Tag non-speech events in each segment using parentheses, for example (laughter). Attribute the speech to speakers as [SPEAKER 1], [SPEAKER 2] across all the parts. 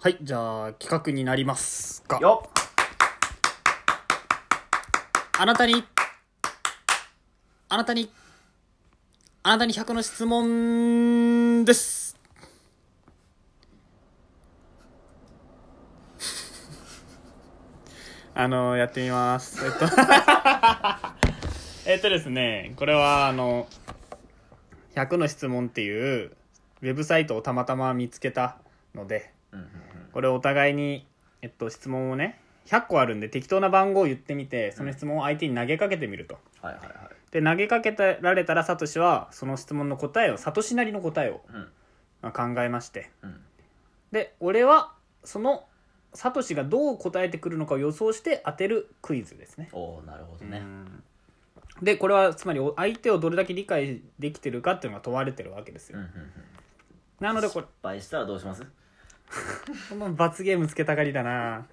[SPEAKER 1] はい、じゃあ企画になりますが、
[SPEAKER 2] よっ
[SPEAKER 1] あなたに、あなたに、あなたに100の質問です。 (laughs) あの、やってみます。えっと、 (laughs) えっとですね、これはあの、100の質問っていうウェブサイトをたまたま見つけたので、これお互いに、えっと、質問をね100個あるんで適当な番号を言ってみてその質問を相手に投げかけてみると、
[SPEAKER 2] はいはいは
[SPEAKER 1] で投げかけられたらサトシはその質問の答えをサトシなりの答えを
[SPEAKER 2] い。うん。
[SPEAKER 1] まあ考えまして
[SPEAKER 2] うん。
[SPEAKER 1] で俺はそのサトシがどう答えてくるのかを予想して当てるクイズですね
[SPEAKER 2] おおなるほどね
[SPEAKER 1] う。んでこれはつまりお相手をどれだけ理解できてるかっていうのが問われてるわけです
[SPEAKER 2] うん
[SPEAKER 1] よ、
[SPEAKER 2] うんうん。
[SPEAKER 1] なのでこれ
[SPEAKER 2] 失敗したらどうします
[SPEAKER 1] この罰ゲームつけたがりだな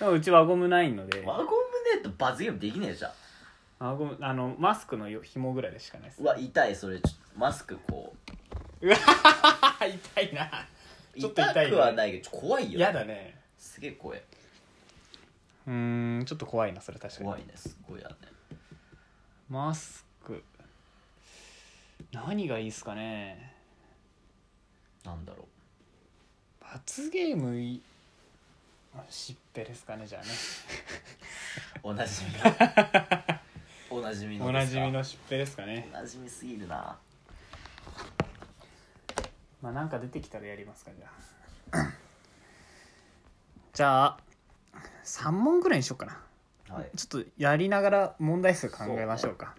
[SPEAKER 1] でもうち輪ゴムないので
[SPEAKER 2] ワゴンネット罰ゲームできねえじゃん。
[SPEAKER 1] あごめんあのマスクのよ紐ぐらいでしかないです
[SPEAKER 2] うわ、痛い、それ。ちょマスクこう。
[SPEAKER 1] あ (laughs) 痛いな (laughs) ちょっと痛いね
[SPEAKER 2] くはないけど、ちょ怖いよ。
[SPEAKER 1] 嫌だ。ね
[SPEAKER 2] すげえ怖い。
[SPEAKER 1] うーんちょっと怖いなそれ確かに
[SPEAKER 2] 怖いね、すごいやね。
[SPEAKER 1] マスク何がいいですかね
[SPEAKER 2] なんだろう。
[SPEAKER 1] 罰ゲームいしっぺですかねじゃあね
[SPEAKER 2] おなじみ
[SPEAKER 1] (laughs)
[SPEAKER 2] の。おなじみの
[SPEAKER 1] お
[SPEAKER 2] で
[SPEAKER 1] な
[SPEAKER 2] す
[SPEAKER 1] じ
[SPEAKER 2] か
[SPEAKER 1] み。のしっぺですかね
[SPEAKER 2] おなじみすぎるな。
[SPEAKER 1] まあなんか出てきたらやりますかじゃあ (coughs) じゃあ3問ぐらいにしようかな
[SPEAKER 2] はい。
[SPEAKER 1] ちょっとやりながら問題数考えましょうか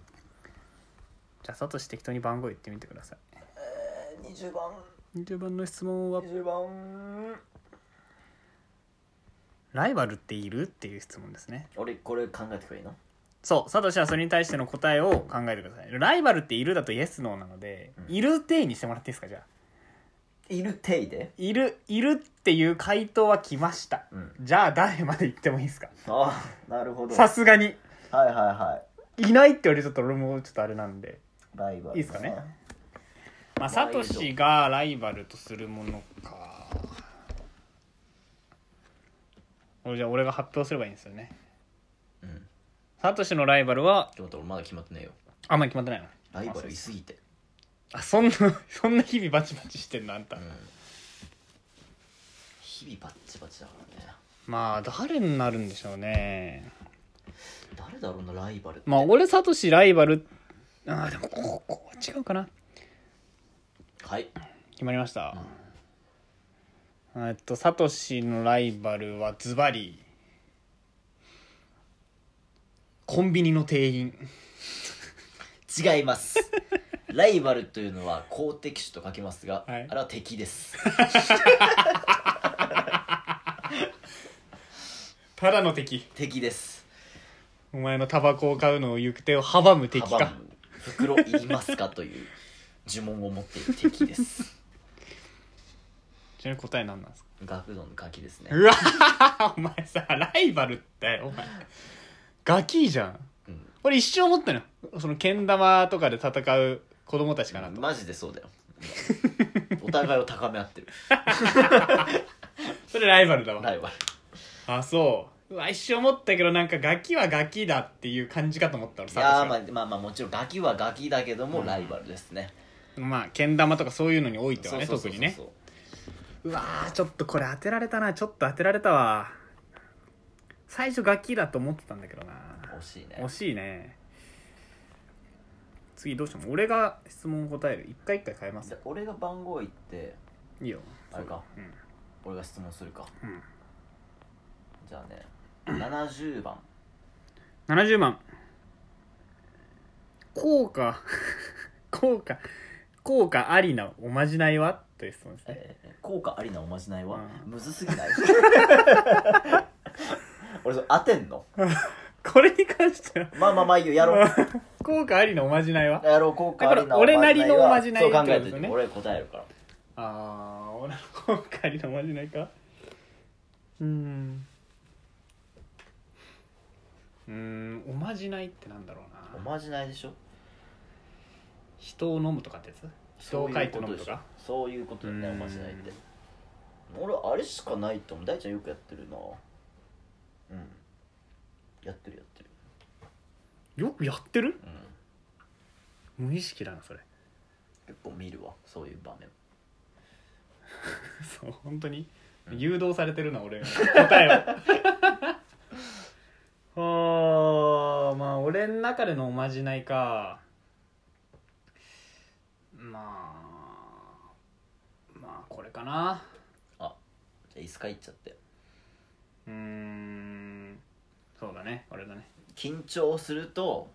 [SPEAKER 1] じゃあサトシ適当に番号言ってみてください
[SPEAKER 2] 20番、
[SPEAKER 1] 20番の質問は
[SPEAKER 2] 20番。
[SPEAKER 1] ライバルっているっていう質問ですね
[SPEAKER 2] 俺、これ考えてくれいいの
[SPEAKER 1] そうサトシはそれに対しての答えを考えてくださいライバルっているだとイエスノーなので、
[SPEAKER 2] うん
[SPEAKER 1] いる定にしてもらっていいですかじゃあ
[SPEAKER 2] いるていで
[SPEAKER 1] いるいるっていう回答は来ました、
[SPEAKER 2] うん。
[SPEAKER 1] じゃあ誰まで言ってもいいですか
[SPEAKER 2] ああ、なるほど。
[SPEAKER 1] さ
[SPEAKER 2] はい
[SPEAKER 1] すがに
[SPEAKER 2] はいはい。
[SPEAKER 1] いないって言われるとちょっと俺もちょっとあれなんで
[SPEAKER 2] ライバル
[SPEAKER 1] いいっすかねまあ、
[SPEAKER 2] まあ
[SPEAKER 1] サトシがライバルとするものか俺じゃあ俺が発表すればいいんですよね
[SPEAKER 2] うんち
[SPEAKER 1] サトシのライバルは
[SPEAKER 2] ょっと俺まだ決まってねえよ
[SPEAKER 1] あんまり決まってないの
[SPEAKER 2] ライバルいすぎて
[SPEAKER 1] あそんな (laughs) そんな日々バチバチしてんのあんた、
[SPEAKER 2] うん日々バッチバチだからね
[SPEAKER 1] まあ誰になるんでしょうね
[SPEAKER 2] 誰だろうなライバル
[SPEAKER 1] まあ俺サトシライバルああでもこここは違うかな
[SPEAKER 2] はい
[SPEAKER 1] 決まりました、えっとサトシのライバルはズバリコンビニの店員
[SPEAKER 2] (laughs) 違います (laughs) ライバルというのは公敵手と書きますが、
[SPEAKER 1] はい
[SPEAKER 2] あれは敵 (laughs) です
[SPEAKER 1] ただの敵
[SPEAKER 2] 敵です
[SPEAKER 1] お前のタバコを買うのを行く手を阻む敵
[SPEAKER 2] 幅
[SPEAKER 1] か
[SPEAKER 2] も袋いりますかという呪文を持っている敵です (laughs)
[SPEAKER 1] ちなみに答え何なんですか
[SPEAKER 2] 学童のガキですね
[SPEAKER 1] うわお前さライバルってお前ガキじゃん
[SPEAKER 2] うん
[SPEAKER 1] 俺一生思ったのよそのけん玉とかで戦う子供たちかなと、
[SPEAKER 2] マジでそうだ (laughs) よお互いを高め合ってる
[SPEAKER 1] それライバルだわ
[SPEAKER 2] ライバル
[SPEAKER 1] あそううわ一生思ったけどなんかガキはガキだっていう感じかと思ったの
[SPEAKER 2] い
[SPEAKER 1] さ
[SPEAKER 2] やー
[SPEAKER 1] 私は
[SPEAKER 2] まあまあまあもちろんガキはガキだけどもライバルですね、
[SPEAKER 1] まあけん玉とかそういうのにおいては
[SPEAKER 2] そう
[SPEAKER 1] ね
[SPEAKER 2] そう
[SPEAKER 1] 特
[SPEAKER 2] そうそ
[SPEAKER 1] に
[SPEAKER 2] う
[SPEAKER 1] ねうわーちょっとこれ当てられたなちょっと当てられたわ最初ガキだと思ってたんだけどな
[SPEAKER 2] 惜しいね
[SPEAKER 1] 惜しいね次どうしても俺が質問答える一回一回変えます
[SPEAKER 2] で俺が番号言って
[SPEAKER 1] いいよ
[SPEAKER 2] あれか
[SPEAKER 1] うん
[SPEAKER 2] 俺が質問するか
[SPEAKER 1] うん
[SPEAKER 2] じゃあね70番
[SPEAKER 1] (coughs) 70万効果 (laughs) 効果効果ありなおまじないはという質問ですね
[SPEAKER 2] えー効果ありなおまじないは
[SPEAKER 1] う
[SPEAKER 2] むずすぎない (laughs) 俺それ当てんの
[SPEAKER 1] これに関しては
[SPEAKER 2] まあまあまあいいよやろう
[SPEAKER 1] (laughs) 効果ありのおまじないは
[SPEAKER 2] やろう効果ありな
[SPEAKER 1] だから俺なりの
[SPEAKER 2] は
[SPEAKER 1] おまじない
[SPEAKER 2] そう考
[SPEAKER 1] って
[SPEAKER 2] え
[SPEAKER 1] こと
[SPEAKER 2] て
[SPEAKER 1] です
[SPEAKER 2] て、
[SPEAKER 1] ね
[SPEAKER 2] 俺答えるから
[SPEAKER 1] ああ俺の効果ありのおまじないかうーんうーんおまじないってなんだろう
[SPEAKER 2] お
[SPEAKER 1] な
[SPEAKER 2] まじないでしょ
[SPEAKER 1] 人を飲むとかってやつ人を書いて飲むとか
[SPEAKER 2] そういうことでしょそういうことだよねおまじないって俺あれしかないと思う大ちゃんよくやってるなうんやってるやってる
[SPEAKER 1] よくやってる
[SPEAKER 2] うん
[SPEAKER 1] 無意識だなそれ
[SPEAKER 2] 結構見るわそういう場面
[SPEAKER 1] (laughs) そう本当に
[SPEAKER 2] うん
[SPEAKER 1] 誘導されてるな俺 (laughs) 答えをあーまあ俺の中でのおまじないかまあまあこれかな
[SPEAKER 2] じゃあ椅子かいっちゃって
[SPEAKER 1] うーんそうだねこれだね (laughs)
[SPEAKER 2] 緊張すると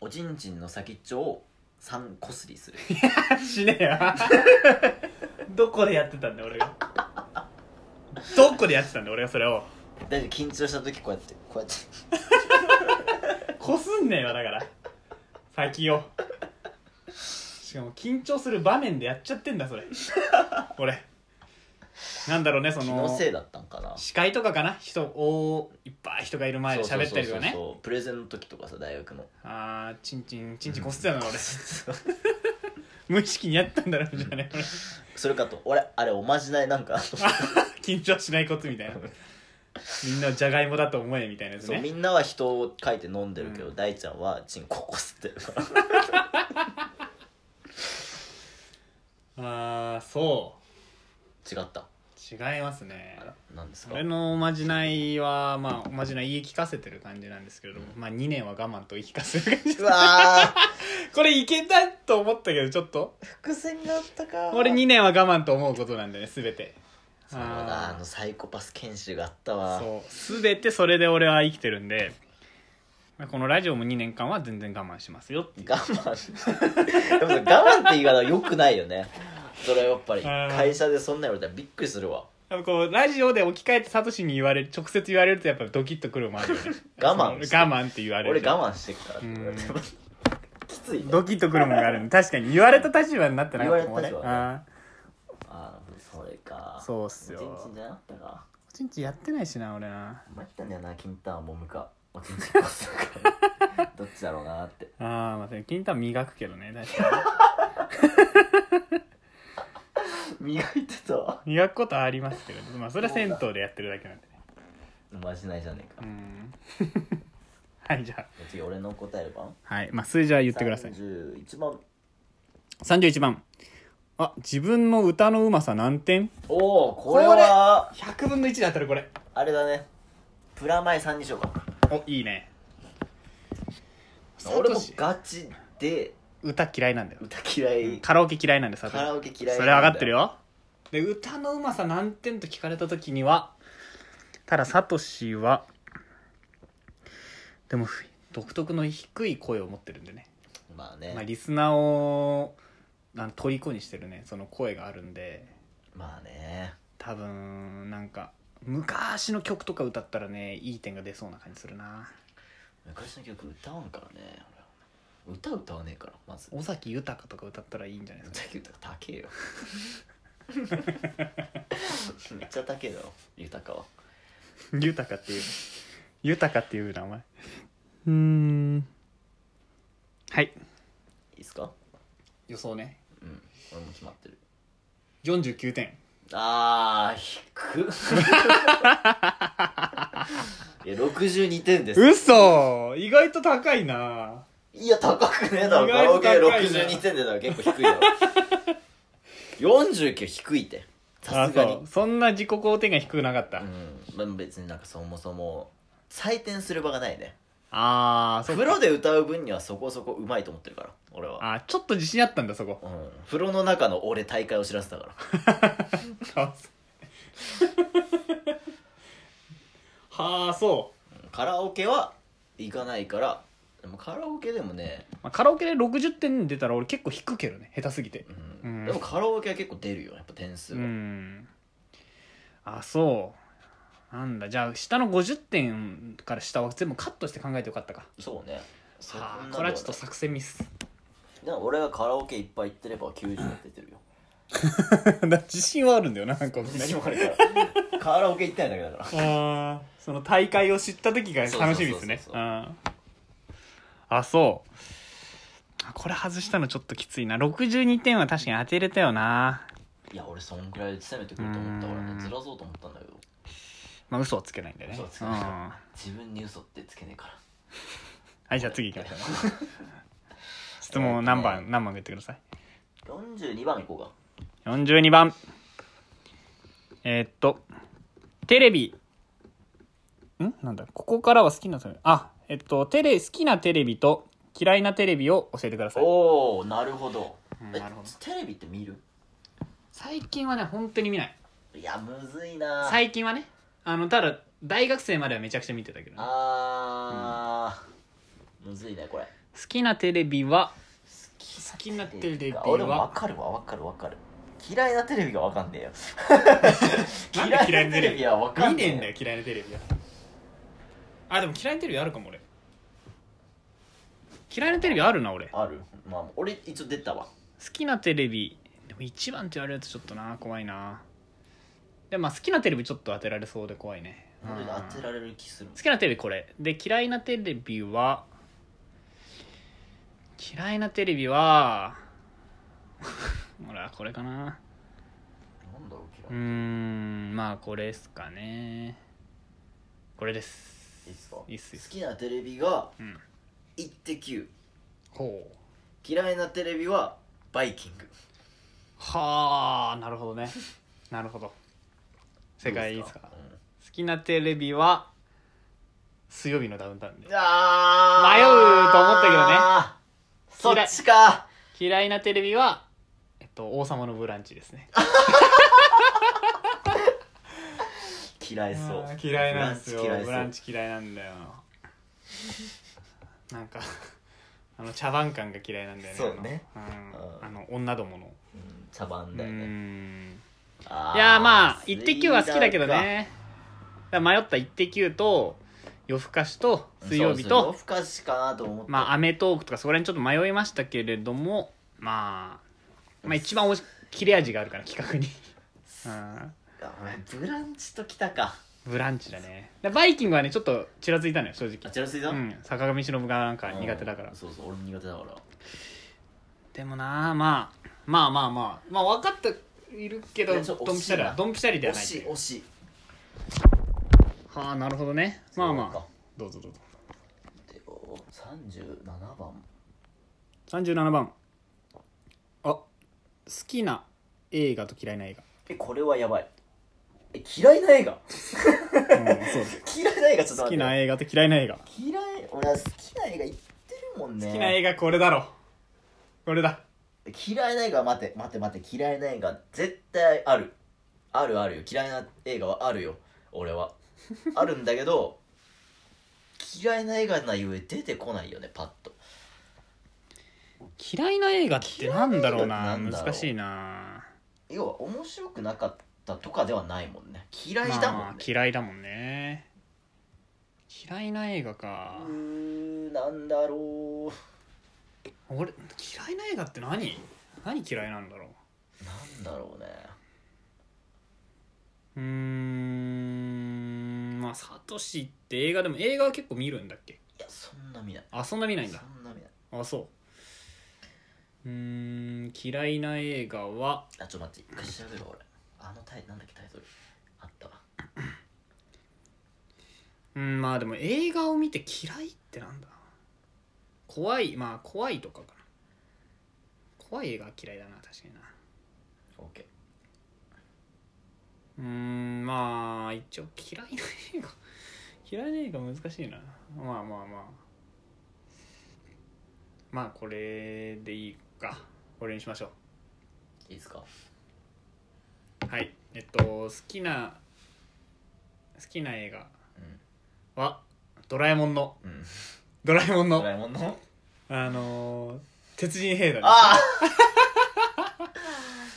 [SPEAKER 2] おちんちんの先っちょを3こすり
[SPEAKER 1] (laughs)
[SPEAKER 2] する
[SPEAKER 1] しねえ (laughs) やどこでやってたんだよ俺がどこでやってたんだよ俺がそれを
[SPEAKER 2] 大丈夫緊張した時こうやってこうやって
[SPEAKER 1] こすんねえわだから先をしかも緊張する場面でやっちゃってんだそれ俺なんだろうねそ
[SPEAKER 2] 気の
[SPEAKER 1] の
[SPEAKER 2] せいだったんかな
[SPEAKER 1] 司会とかかな人おいっぱい人がいる前で
[SPEAKER 2] そうそう
[SPEAKER 1] 喋ったりと
[SPEAKER 2] そ
[SPEAKER 1] か
[SPEAKER 2] うそう
[SPEAKER 1] ね
[SPEAKER 2] そうプレゼンの時とかさ大学の (laughs)
[SPEAKER 1] ああチンチンチンチンこすってたのよ俺無意識にやったんだろうじゃあね俺
[SPEAKER 2] それかと俺あれおまじないなんかなと思っ
[SPEAKER 1] 緊張しないコツみたいなみんなじゃがいもだと思えみたいなや
[SPEAKER 2] て
[SPEAKER 1] つ
[SPEAKER 2] そう
[SPEAKER 1] ね
[SPEAKER 2] みんなは人を書いて飲んでるけど、
[SPEAKER 1] うん
[SPEAKER 2] 大ちゃんはチンコこすってるから
[SPEAKER 1] ああそ
[SPEAKER 2] 違った
[SPEAKER 1] う違いますね
[SPEAKER 2] あら何ですか
[SPEAKER 1] 俺のおまじないはまあおまじない言い聞かせてる感じなんですけれども、
[SPEAKER 2] う
[SPEAKER 1] まあ2年は我慢と言い聞かせる感じ
[SPEAKER 2] うわー (laughs)
[SPEAKER 1] これいけたと思ったけどちょっと
[SPEAKER 2] 伏線があったか
[SPEAKER 1] 俺2年は我慢と思うことなんだよね全て
[SPEAKER 2] そうだあのサイコパス研修があったわ
[SPEAKER 1] そう全てそれで俺は生きてるんでまあこのラジオも2年間は全然我慢しますよっていう
[SPEAKER 2] 我慢でもさ我慢って言い方よくないよねそれはやっぱり
[SPEAKER 1] うん
[SPEAKER 2] 会社でそんな言われたらびっくりするわ
[SPEAKER 1] やっぱこうラジオで置き換えてサトシに言われる直接言われるとやっぱドキッとくるもんあるよね
[SPEAKER 2] 我慢
[SPEAKER 1] その我慢って言われ
[SPEAKER 2] 俺
[SPEAKER 1] る
[SPEAKER 2] 我慢してっからって言われて
[SPEAKER 1] う
[SPEAKER 2] もきついね
[SPEAKER 1] ドキッとくるもんがあるんで確かに言われた立場になってなかったもんね
[SPEAKER 2] 言われた立場ね
[SPEAKER 1] あ
[SPEAKER 2] ああそれか
[SPEAKER 1] ーそうっす
[SPEAKER 2] おちん
[SPEAKER 1] よ
[SPEAKER 2] ちんじゃなかったか
[SPEAKER 1] おちんちんやってないしな俺な
[SPEAKER 2] 参ったんだよな金太はもむかおちんちんこするかどっちだろうなって
[SPEAKER 1] あーまあ金太磨くけどね確か
[SPEAKER 2] 磨いてたわ
[SPEAKER 1] に磨くことはありますけど、まあそれは銭湯でやってるだけなんでね
[SPEAKER 2] マジないじゃねえか
[SPEAKER 1] うーん (laughs) はいじゃあ
[SPEAKER 2] 次俺の答える番
[SPEAKER 1] はいまあ数字は言ってください
[SPEAKER 2] 31番
[SPEAKER 1] 31番あ自分の歌のうまさ何点
[SPEAKER 2] おおこれは
[SPEAKER 1] 100分の1で当たるこれ
[SPEAKER 2] あれだねプラマイ3にしようか
[SPEAKER 1] おいいね
[SPEAKER 2] 俺も
[SPEAKER 1] サトシ
[SPEAKER 2] ガチで
[SPEAKER 1] 歌嫌いなんだよ
[SPEAKER 2] 歌嫌い、
[SPEAKER 1] カラオケ嫌いなんでさ
[SPEAKER 2] カラオケ嫌い
[SPEAKER 1] それ上がってるよで歌のうまさ何点と聞かれた時にはただサトシはでもふ独特の低い声を持ってるんでね、
[SPEAKER 2] まあね
[SPEAKER 1] まあ、リスナーをあの虜にしてるねその声があるんで
[SPEAKER 2] まあね
[SPEAKER 1] 多分なんか昔の曲とか歌ったらねいい点が出そうな感じするな
[SPEAKER 2] 昔の曲歌わんからね俺歌歌わねえからまず
[SPEAKER 1] 尾崎豊とか歌ったらいいんじゃないです
[SPEAKER 2] 歌
[SPEAKER 1] か
[SPEAKER 2] 豊高え
[SPEAKER 1] (laughs)
[SPEAKER 2] よめっちゃ高えだろ豊かは
[SPEAKER 1] (laughs) 豊かっていう豊かっていう名前うーんはい
[SPEAKER 2] いいっすか
[SPEAKER 1] 予想ね
[SPEAKER 2] うん俺も決まってる
[SPEAKER 1] 49点
[SPEAKER 2] あー低っ
[SPEAKER 1] (laughs)
[SPEAKER 2] いや62点です
[SPEAKER 1] 嘘意外と高いない
[SPEAKER 2] や、高くねえだろ。
[SPEAKER 1] 意
[SPEAKER 2] カラ
[SPEAKER 1] 外と
[SPEAKER 2] オケ
[SPEAKER 1] 高いな
[SPEAKER 2] 62点でだろ。結構低
[SPEAKER 1] (laughs)
[SPEAKER 2] いだろ。49低いって。さ
[SPEAKER 1] あ
[SPEAKER 2] すが
[SPEAKER 1] そ
[SPEAKER 2] に
[SPEAKER 1] う。そんな自己肯定が低くなかった、
[SPEAKER 2] うん。まあ、別になんかそもそも、採点する場がないね。
[SPEAKER 1] ああ
[SPEAKER 2] 風呂で歌う分にはそこそこうまいと思ってるから、俺は。
[SPEAKER 1] あちょっと自信あったんだそこ
[SPEAKER 2] うん。風呂の中の俺大会を知らせたから。
[SPEAKER 1] はあそ
[SPEAKER 2] カラオケは行かないから、でもカラオケでもね、
[SPEAKER 1] う、 (laughs) まあ、カラオケで60点出たら俺結構低くけどね下手すぎて
[SPEAKER 2] うん。
[SPEAKER 1] うん
[SPEAKER 2] でもカラオケは結構出るよ、やっぱ点数
[SPEAKER 1] う
[SPEAKER 2] は。
[SPEAKER 1] んあそうなんだじゃあ下の50点から下は全部カットして考えてよかったか
[SPEAKER 2] そうね。そんな
[SPEAKER 1] はあ
[SPEAKER 2] の
[SPEAKER 1] これはちょっと作戦ミ (laughs) ス
[SPEAKER 2] でも俺がカラオケいっぱい行ってれば90点出
[SPEAKER 1] (laughs)
[SPEAKER 2] てるよ。
[SPEAKER 1] 自信はあるんだよな (laughs) なんか
[SPEAKER 2] 自信もあるから (laughs) カラオケ行ったんだけだから
[SPEAKER 1] あーその大会を知った時が楽しみですね
[SPEAKER 2] そうそうそうそう
[SPEAKER 1] うんあそうあこれ外したのちょっときついな62点は確かに当てれたよな
[SPEAKER 2] いや俺そんぐらいで攻めてくると思ったから
[SPEAKER 1] う
[SPEAKER 2] ね
[SPEAKER 1] ん
[SPEAKER 2] ずらそうと思ったんだけど
[SPEAKER 1] まあ嘘はつけないんでね
[SPEAKER 2] 嘘はつけ
[SPEAKER 1] う
[SPEAKER 2] ない
[SPEAKER 1] ん
[SPEAKER 2] 自分に嘘ってつけねえから
[SPEAKER 1] はいじゃあ次行きましょ (laughs) うね質問を何番、何番言ってください
[SPEAKER 2] 42番いこうか
[SPEAKER 1] 42番えーっとテレビんなんだここからは好きなテレビあえっとテレ好きなテレビと嫌いなテレビを教えてください
[SPEAKER 2] おおなるほど,、
[SPEAKER 1] うん
[SPEAKER 2] え
[SPEAKER 1] なるほど
[SPEAKER 2] テレビって見る
[SPEAKER 1] 最近はね本当に見ない
[SPEAKER 2] いやむずいな
[SPEAKER 1] 最近はねあのただ大学生まではめちゃくちゃ見てたけど、ね、
[SPEAKER 2] あー、むずいねこれ好
[SPEAKER 1] 好きなテレビは
[SPEAKER 2] き
[SPEAKER 1] 好きなテレビは
[SPEAKER 2] 俺も分かるわ分かる分かる嫌いなテレビが分かんねえよ
[SPEAKER 1] なんで嫌いなテレビ
[SPEAKER 2] は分か
[SPEAKER 1] 見
[SPEAKER 2] んね
[SPEAKER 1] ね
[SPEAKER 2] え
[SPEAKER 1] えんだよ嫌いなテレビはあでも嫌いなテレビあるかも俺嫌いなテレビあるな俺好
[SPEAKER 2] あるまあ俺一応出たわ
[SPEAKER 1] きなテレビでも一番って言われるとちょっとな怖いなでもまあ好きなテレビちょっと当てられそうで怖いねうん
[SPEAKER 2] 俺が当てられる気するもん
[SPEAKER 1] 好きなテレビこれで嫌いなテレビは嫌いなテレビは (laughs) ほらこれかな
[SPEAKER 2] なんだろ
[SPEAKER 1] うー
[SPEAKER 2] う嫌い、
[SPEAKER 1] んまあこれっすかねこれです
[SPEAKER 2] いいっすか
[SPEAKER 1] いいっすよ
[SPEAKER 2] 好きなテレビが
[SPEAKER 1] うん
[SPEAKER 2] 「イッテ Q
[SPEAKER 1] ほう」
[SPEAKER 2] 嫌いなテレビは「バイキング
[SPEAKER 1] はあなるほどねなるほど」世界いいっすか
[SPEAKER 2] どううん
[SPEAKER 1] 好きなテレビは水曜日のダウンタウンで
[SPEAKER 2] あー
[SPEAKER 1] 迷うと思ったけどね
[SPEAKER 2] そっちか
[SPEAKER 1] 嫌いなテレビはえっと王様のブランチですね
[SPEAKER 2] 嫌いそう
[SPEAKER 1] あー嫌いなんですよ
[SPEAKER 2] ブランチ嫌いそう
[SPEAKER 1] ブランチ嫌いなんだよなんかあの茶番感が嫌いなんだよね
[SPEAKER 2] そうね
[SPEAKER 1] あの,、
[SPEAKER 2] うん
[SPEAKER 1] あの女どもの
[SPEAKER 2] うん茶番
[SPEAKER 1] う
[SPEAKER 2] だよね
[SPEAKER 1] ん
[SPEAKER 2] あー
[SPEAKER 1] いやーまあ「
[SPEAKER 2] ス
[SPEAKER 1] イッ
[SPEAKER 2] リー
[SPEAKER 1] テ Q!」は好きだけどねだから迷った「イッテ Q!」と「夜更かし」と「水曜日
[SPEAKER 2] そうそう
[SPEAKER 1] と
[SPEAKER 2] 夜」更かしかなと思った
[SPEAKER 1] まあ『アメトーク』とかそこら辺ちょっと迷いましたけれどもまあまあ一番おいし切れ味があるから企
[SPEAKER 2] (laughs)
[SPEAKER 1] 画にうん
[SPEAKER 2] あ俺ブランチときたか
[SPEAKER 1] ブランチだねだバイキングはねちょっとちらついたのよ正
[SPEAKER 2] あ
[SPEAKER 1] 直
[SPEAKER 2] チラスいた
[SPEAKER 1] うん坂上忍がなんか苦手だから
[SPEAKER 2] そうそう俺も苦手だから
[SPEAKER 1] でもなーまあまあまあまあまあ分かっているけどド
[SPEAKER 2] いや
[SPEAKER 1] ン
[SPEAKER 2] ちょっと
[SPEAKER 1] ピシャリ
[SPEAKER 2] 惜しいな
[SPEAKER 1] ドンピシャリでは
[SPEAKER 2] 惜
[SPEAKER 1] ないと
[SPEAKER 2] し
[SPEAKER 1] い
[SPEAKER 2] いう惜しい
[SPEAKER 1] はあなるほどねまあま
[SPEAKER 2] そう
[SPEAKER 1] あ
[SPEAKER 2] か
[SPEAKER 1] どうぞどうぞ
[SPEAKER 2] でも37番
[SPEAKER 1] 37番あ好きな映画と嫌いな映
[SPEAKER 2] えこれはやばいえ嫌いな映画
[SPEAKER 1] 画、うん、
[SPEAKER 2] (laughs)
[SPEAKER 1] そうです
[SPEAKER 2] 嫌いな映画ちょっと
[SPEAKER 1] 好き
[SPEAKER 2] 待って
[SPEAKER 1] な映画と嫌いな映画、
[SPEAKER 2] 嫌い俺は好きな映画言ってるもんね
[SPEAKER 1] 好きな映画これだろこれだ
[SPEAKER 2] 嫌いな映画は待て待て待て嫌いな映画絶対あるあるあるよ嫌いな映画はあるよ俺
[SPEAKER 1] (laughs)
[SPEAKER 2] はあるんだけど嫌いな映画なゆえ出てこないよねパッと
[SPEAKER 1] 嫌いな映画ってなんだろうな
[SPEAKER 2] 嫌いな映画ってなんだろう
[SPEAKER 1] 難しいな
[SPEAKER 2] 要は面白くなかったとかではないもんね嫌い
[SPEAKER 1] まあ
[SPEAKER 2] だもんね、
[SPEAKER 1] まあ嫌いだもんね嫌いな映画か
[SPEAKER 2] うーなんだろ
[SPEAKER 1] 俺嫌いな映画って何何嫌いなんだろ
[SPEAKER 2] うなんだろうね
[SPEAKER 1] ううーんまあサトシって映画でも映画は結構見るんだっけ
[SPEAKER 2] いやそんな見ない
[SPEAKER 1] あそんな見ないんだ
[SPEAKER 2] そんな見ない
[SPEAKER 1] あそううーん嫌いな映画は
[SPEAKER 2] あちょっと待って一回調べるわ俺あのタイなんだっけタイトルあったわ
[SPEAKER 1] うんまあでも映画を見て嫌いってなんだ怖いまあ怖いとかかな怖い映画は嫌いだな確かにな
[SPEAKER 2] OK
[SPEAKER 1] うーんまあ一応嫌いな映画 (laughs) 嫌いな映画難しいなまあまあまあまあこれでいいかこれにしましょう
[SPEAKER 2] いいですか
[SPEAKER 1] はいえっと好きな好きな映画は「ドラえもんの
[SPEAKER 2] うんうん
[SPEAKER 1] ドラえもん
[SPEAKER 2] ド
[SPEAKER 1] の
[SPEAKER 2] ラえもんの
[SPEAKER 1] あのー、鉄人兵団です
[SPEAKER 2] ああ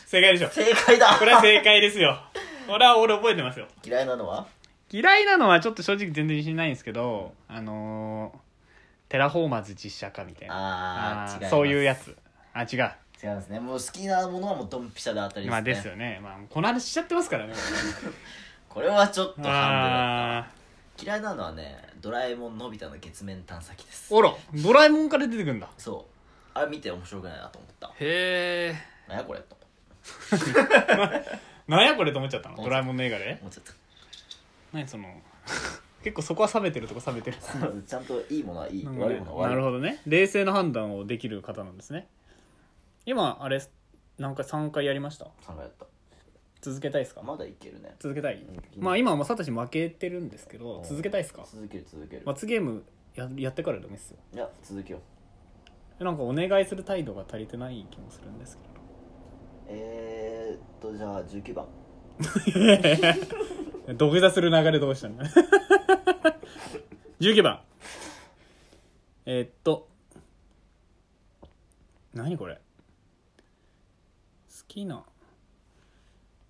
[SPEAKER 1] 正解でしょ
[SPEAKER 2] 正解だ
[SPEAKER 1] これは正解ですよこれは俺覚えてますよ
[SPEAKER 2] 嫌いなのは
[SPEAKER 1] 嫌いなのはちょっと正直全然自信ないんですけどあのー、テラフォーマーズ実写化みたいな
[SPEAKER 2] あ
[SPEAKER 1] あ
[SPEAKER 2] あ
[SPEAKER 1] ーそういうや
[SPEAKER 2] つ
[SPEAKER 1] つあ違う
[SPEAKER 2] 違いますねもう好きなものはもうドンピシャで当たり
[SPEAKER 1] まあですよね、まあ、この話しちゃってますからね
[SPEAKER 2] これはちょっとハン
[SPEAKER 1] あ
[SPEAKER 2] デだった嫌いなのはねドラえもんのび太の月面探査機です
[SPEAKER 1] ーあらドラえもんから出てくんだ
[SPEAKER 2] そうあれ見て面白くないなと思った
[SPEAKER 1] へえ
[SPEAKER 2] 何やこれと思っ
[SPEAKER 1] なんやこれと思っちゃったのドラえもんの映画で
[SPEAKER 2] 思っちゃった
[SPEAKER 1] 何その (laughs) 結構そこは冷めてるとこ冷めてる
[SPEAKER 2] ちゃんといいものはいい、
[SPEAKER 1] なんか
[SPEAKER 2] 悪い
[SPEAKER 1] ね
[SPEAKER 2] ものは
[SPEAKER 1] な
[SPEAKER 2] 悪
[SPEAKER 1] る
[SPEAKER 2] い
[SPEAKER 1] ほどね冷静な判断をできる方なんですね今あれ何回3回やりました
[SPEAKER 2] 考えた
[SPEAKER 1] 続けたいですか
[SPEAKER 2] まだいけるね
[SPEAKER 1] 続けたい
[SPEAKER 2] うん
[SPEAKER 1] まあ今はもうサトシ負けてるんですけど
[SPEAKER 2] うん
[SPEAKER 1] 続けたいですか
[SPEAKER 2] 続ける続ける
[SPEAKER 1] 罰ゲームややってからでもいいっすよ
[SPEAKER 2] いや続けよう
[SPEAKER 1] なんかお願いする態度が足りてない気もするんですけど
[SPEAKER 2] えー、っとじゃあ19番
[SPEAKER 1] 土下座する流れどうしたの (laughs) 19番えーっと何これ好きな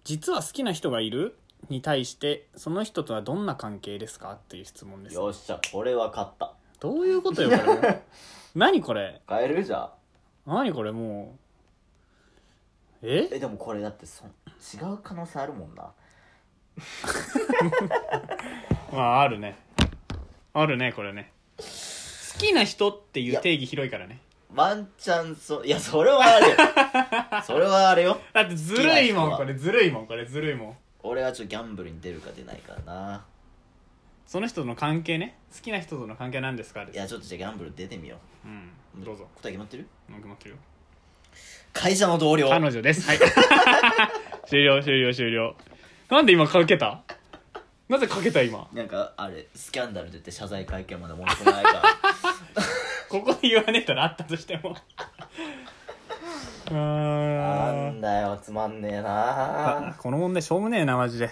[SPEAKER 1] 実は好きな人がいるに対してその人とはどんな関係ですかっていう質問です
[SPEAKER 2] よっしゃこれは勝った
[SPEAKER 1] どういうことよこれもう何これ
[SPEAKER 2] 変えるじゃあ
[SPEAKER 1] 何これもうえ
[SPEAKER 2] えでもこれだってそん違う可能性あるもんな
[SPEAKER 1] まああるねあるねこれね好きな人っていう定義広いからね
[SPEAKER 2] ワンチャンそいやそれはあれよ
[SPEAKER 1] (laughs)
[SPEAKER 2] それはあれよ
[SPEAKER 1] だってずるい
[SPEAKER 2] 好きな
[SPEAKER 1] も
[SPEAKER 2] 人
[SPEAKER 1] ん
[SPEAKER 2] は
[SPEAKER 1] これずるいもんこれずるいもん
[SPEAKER 2] 俺はちょっとギャンブルに出るか出ないかな
[SPEAKER 1] その人との関係ね好きな人との関係は何ですかで
[SPEAKER 2] い
[SPEAKER 1] す
[SPEAKER 2] やちょっとじゃあギャンブル出てみよ
[SPEAKER 1] うん
[SPEAKER 2] う
[SPEAKER 1] どうぞ
[SPEAKER 2] 答え決まってる
[SPEAKER 1] 僕も切るよ
[SPEAKER 2] 会社の同僚
[SPEAKER 1] 彼女ですはい (laughs) 終了終了終了なんで今かけたなぜかけた今
[SPEAKER 2] なんかあれスキャンダル出て謝罪会見まで持ってこな
[SPEAKER 1] (laughs)
[SPEAKER 2] いか
[SPEAKER 1] ここで言わねえたらあったとしても (laughs) う
[SPEAKER 2] な
[SPEAKER 1] ーん
[SPEAKER 2] んだよつまんねえな
[SPEAKER 1] あこの問題しょうもねえなマジで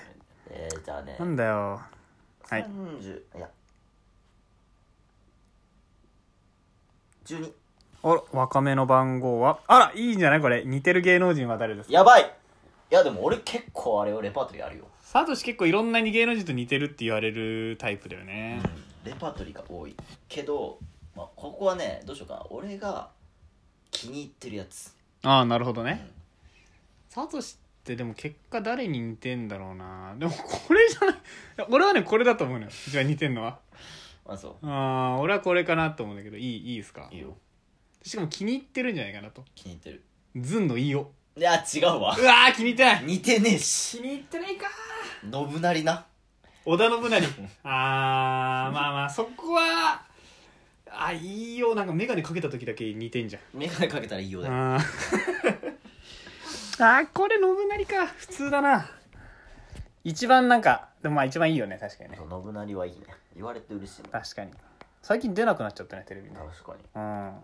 [SPEAKER 2] えー、じゃあね
[SPEAKER 1] なんだよはい
[SPEAKER 2] 30いや12
[SPEAKER 1] あら、若めの番号は。あら、いいんじゃないこれ。似てる芸能人は誰ですか
[SPEAKER 2] やばいいやでも俺結構あれをレパートリーあるよ、
[SPEAKER 1] サトシ結構いろんな芸能人と似てるって言われるタイプだよね。
[SPEAKER 2] レパートリーが多いけど、まあ、ここはねどうしようかな俺が気に入ってるやつ
[SPEAKER 1] ああ、なるほどね。サトシってでも結果誰に似てんだろうな。でもこれじゃない。いや俺はね、これだと思うのよ。じゃあ似てんのは。
[SPEAKER 2] あそ
[SPEAKER 1] ああ、俺はこれかなと思うんだけど、いい、いいですか
[SPEAKER 2] ういいよ
[SPEAKER 1] しかも気に入ってるんじゃないかなと。
[SPEAKER 2] 気に入ってる
[SPEAKER 1] ズンのいいよ。
[SPEAKER 2] いや違うわ (laughs)
[SPEAKER 1] うわー、気に入ってない。
[SPEAKER 2] 似てねえし
[SPEAKER 1] に入ってないか
[SPEAKER 2] 信成な
[SPEAKER 1] 織田信成あーまあまあそこはあいいよなんか眼鏡かけた時だけ似てんじゃん
[SPEAKER 2] 眼鏡かけたらいいよだよ
[SPEAKER 1] あーあーこれ信成か普通だな一番なんかでもまあ一番いいよね確かにね
[SPEAKER 2] 信成はいいね言われて嬉しいね
[SPEAKER 1] 確かに最近出なくなっちゃったねテレビね
[SPEAKER 2] 確かに
[SPEAKER 1] うん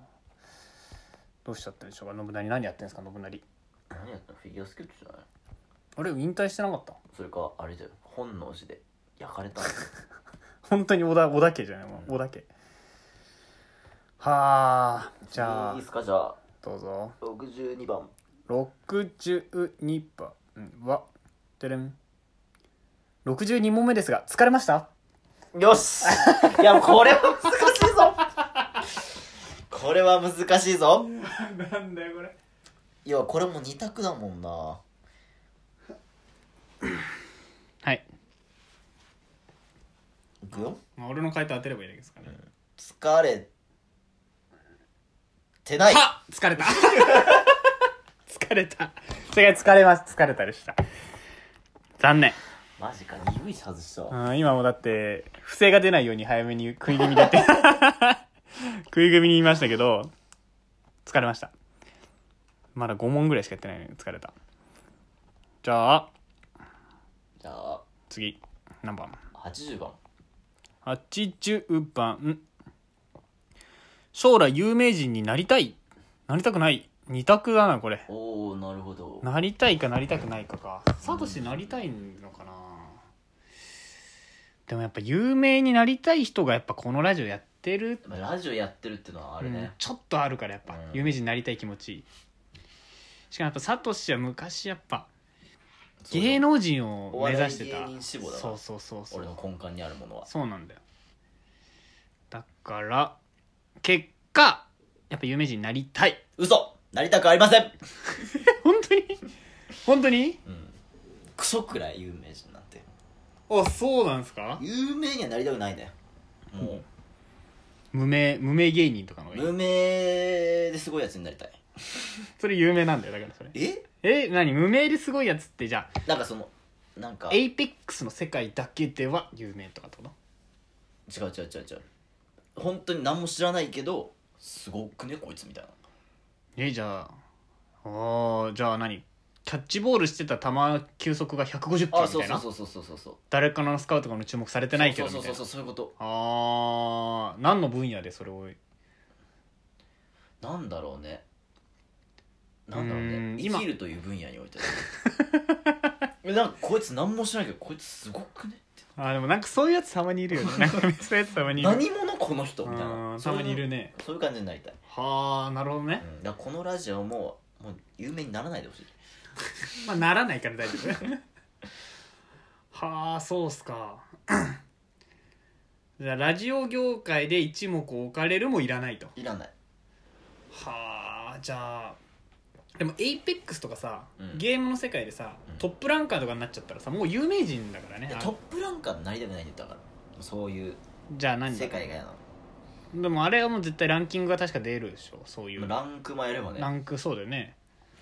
[SPEAKER 1] どうしちゃったでしょうか信成何やってんですか信成
[SPEAKER 2] 何やったのフィギュアスケートじゃない
[SPEAKER 1] あれ引退してなかった
[SPEAKER 2] それかあれだよ本能寺で焼かれた
[SPEAKER 1] 本当に織田織田家じゃないもう織田家はあじゃあ
[SPEAKER 2] いいですかじゃあ
[SPEAKER 1] どうぞ
[SPEAKER 2] 62番
[SPEAKER 1] 62番はてれん62問目ですが疲れました
[SPEAKER 2] よしいやこれは難しいぞこれは難しいぞ
[SPEAKER 1] なんだよこれ
[SPEAKER 2] いやこれも二択だもんな
[SPEAKER 1] はい、
[SPEAKER 2] いくよ
[SPEAKER 1] まあ、俺の回答当てればいいだけですからね、
[SPEAKER 2] 疲れてない
[SPEAKER 1] はっ疲れた (laughs) 疲れた違う疲れます疲れたでした残念
[SPEAKER 2] マジか鈍い外したわ
[SPEAKER 1] うん今もだって不正が出ないように早めに食い気味だって (laughs) 食い気味に言いましたけど疲れましたまだ5問ぐらいしかやってないのに疲れたじゃあ
[SPEAKER 2] じゃあ
[SPEAKER 1] 次何番
[SPEAKER 2] 80番
[SPEAKER 1] 80番将来有名人になりたいなりたくない二択だなこれ
[SPEAKER 2] おおなるほど
[SPEAKER 1] なりたいかなりたくないかかサトシなりたいのかなでもやっぱ有名になりたい人がやっぱこのラジオやってる
[SPEAKER 2] まあラジオやってるってのはあれ
[SPEAKER 1] うん
[SPEAKER 2] ね、
[SPEAKER 1] ちょっとあるからやっぱ、
[SPEAKER 2] うん
[SPEAKER 1] 有名人になりたい気持ちしかもやっぱサトシは昔やっぱ
[SPEAKER 2] そう
[SPEAKER 1] 芸能人を目指して
[SPEAKER 2] お
[SPEAKER 1] た
[SPEAKER 2] 笑い芸人志望だな
[SPEAKER 1] そうそうそうそう
[SPEAKER 2] 俺の根幹にあるものは
[SPEAKER 1] そうなんだよだから結果やっぱ有名人になりたい
[SPEAKER 2] 嘘なりたくありません、
[SPEAKER 1] (laughs) 本当に本当に
[SPEAKER 2] うん、クソくらい有名人なんて
[SPEAKER 1] あそうなんですか
[SPEAKER 2] 有名にはなりたくないねも
[SPEAKER 1] 無名無名芸人とかの
[SPEAKER 2] う
[SPEAKER 1] 方がいい
[SPEAKER 2] 無名ですごいやつになりたい
[SPEAKER 1] それ有名なんだよだからそれ
[SPEAKER 2] え
[SPEAKER 1] え何無名ですごいやつってじゃあ
[SPEAKER 2] なんかそのなんか
[SPEAKER 1] エ
[SPEAKER 2] 違う
[SPEAKER 1] イペックスの世界だけでは有名とかってこと
[SPEAKER 2] 違う違う違う本当に何も知らないけどすごくねこいつみたいな
[SPEAKER 1] えじゃああーじゃあ何キャッチボールしてた球球速が150キロみたい
[SPEAKER 2] あ
[SPEAKER 1] な
[SPEAKER 2] そうそうそうそうそうそうそう
[SPEAKER 1] 誰かのスカウトからも注目されてないけどみた
[SPEAKER 2] そ
[SPEAKER 1] いうな
[SPEAKER 2] そうそうそうそういうこと
[SPEAKER 1] あー何の分野でそれを
[SPEAKER 2] なんだろうねなんだろう
[SPEAKER 1] うー
[SPEAKER 2] ね
[SPEAKER 1] ん
[SPEAKER 2] 生
[SPEAKER 1] 今
[SPEAKER 2] きるという分野において (laughs) えなんかこいつ何も知らないけどこいつすごくねって
[SPEAKER 1] あーでもなんかそういうやつたまにいるよね (laughs) なんかそういうやつたまにいる
[SPEAKER 2] 何者この人みたい
[SPEAKER 1] あ
[SPEAKER 2] な
[SPEAKER 1] ーたまにいるね
[SPEAKER 2] そういうそういう感じになりたい、
[SPEAKER 1] はあなるほどね
[SPEAKER 2] う、ん、だからこのラジオももう有名にならないでほしい
[SPEAKER 1] まあならないから大丈夫 (laughs) はあそうっすか (coughs) じゃあラジオ業界で一目置かれるもいらないと
[SPEAKER 2] いらない
[SPEAKER 1] はあじゃあでも APEX とかさ、
[SPEAKER 2] うん
[SPEAKER 1] ゲームの世界でさ、
[SPEAKER 2] うん
[SPEAKER 1] トップランカーとかになっちゃったらさもう有名人だからね
[SPEAKER 2] いや
[SPEAKER 1] あ
[SPEAKER 2] トップランカーになりたくないんだよだからそういう
[SPEAKER 1] じゃあ何だ
[SPEAKER 2] 世界が嫌なの
[SPEAKER 1] でもあれはもう絶対ランキングが確か出るでしょそういう
[SPEAKER 2] ランクもやればね
[SPEAKER 1] ラ
[SPEAKER 2] ラン
[SPEAKER 1] ンクそうだよね、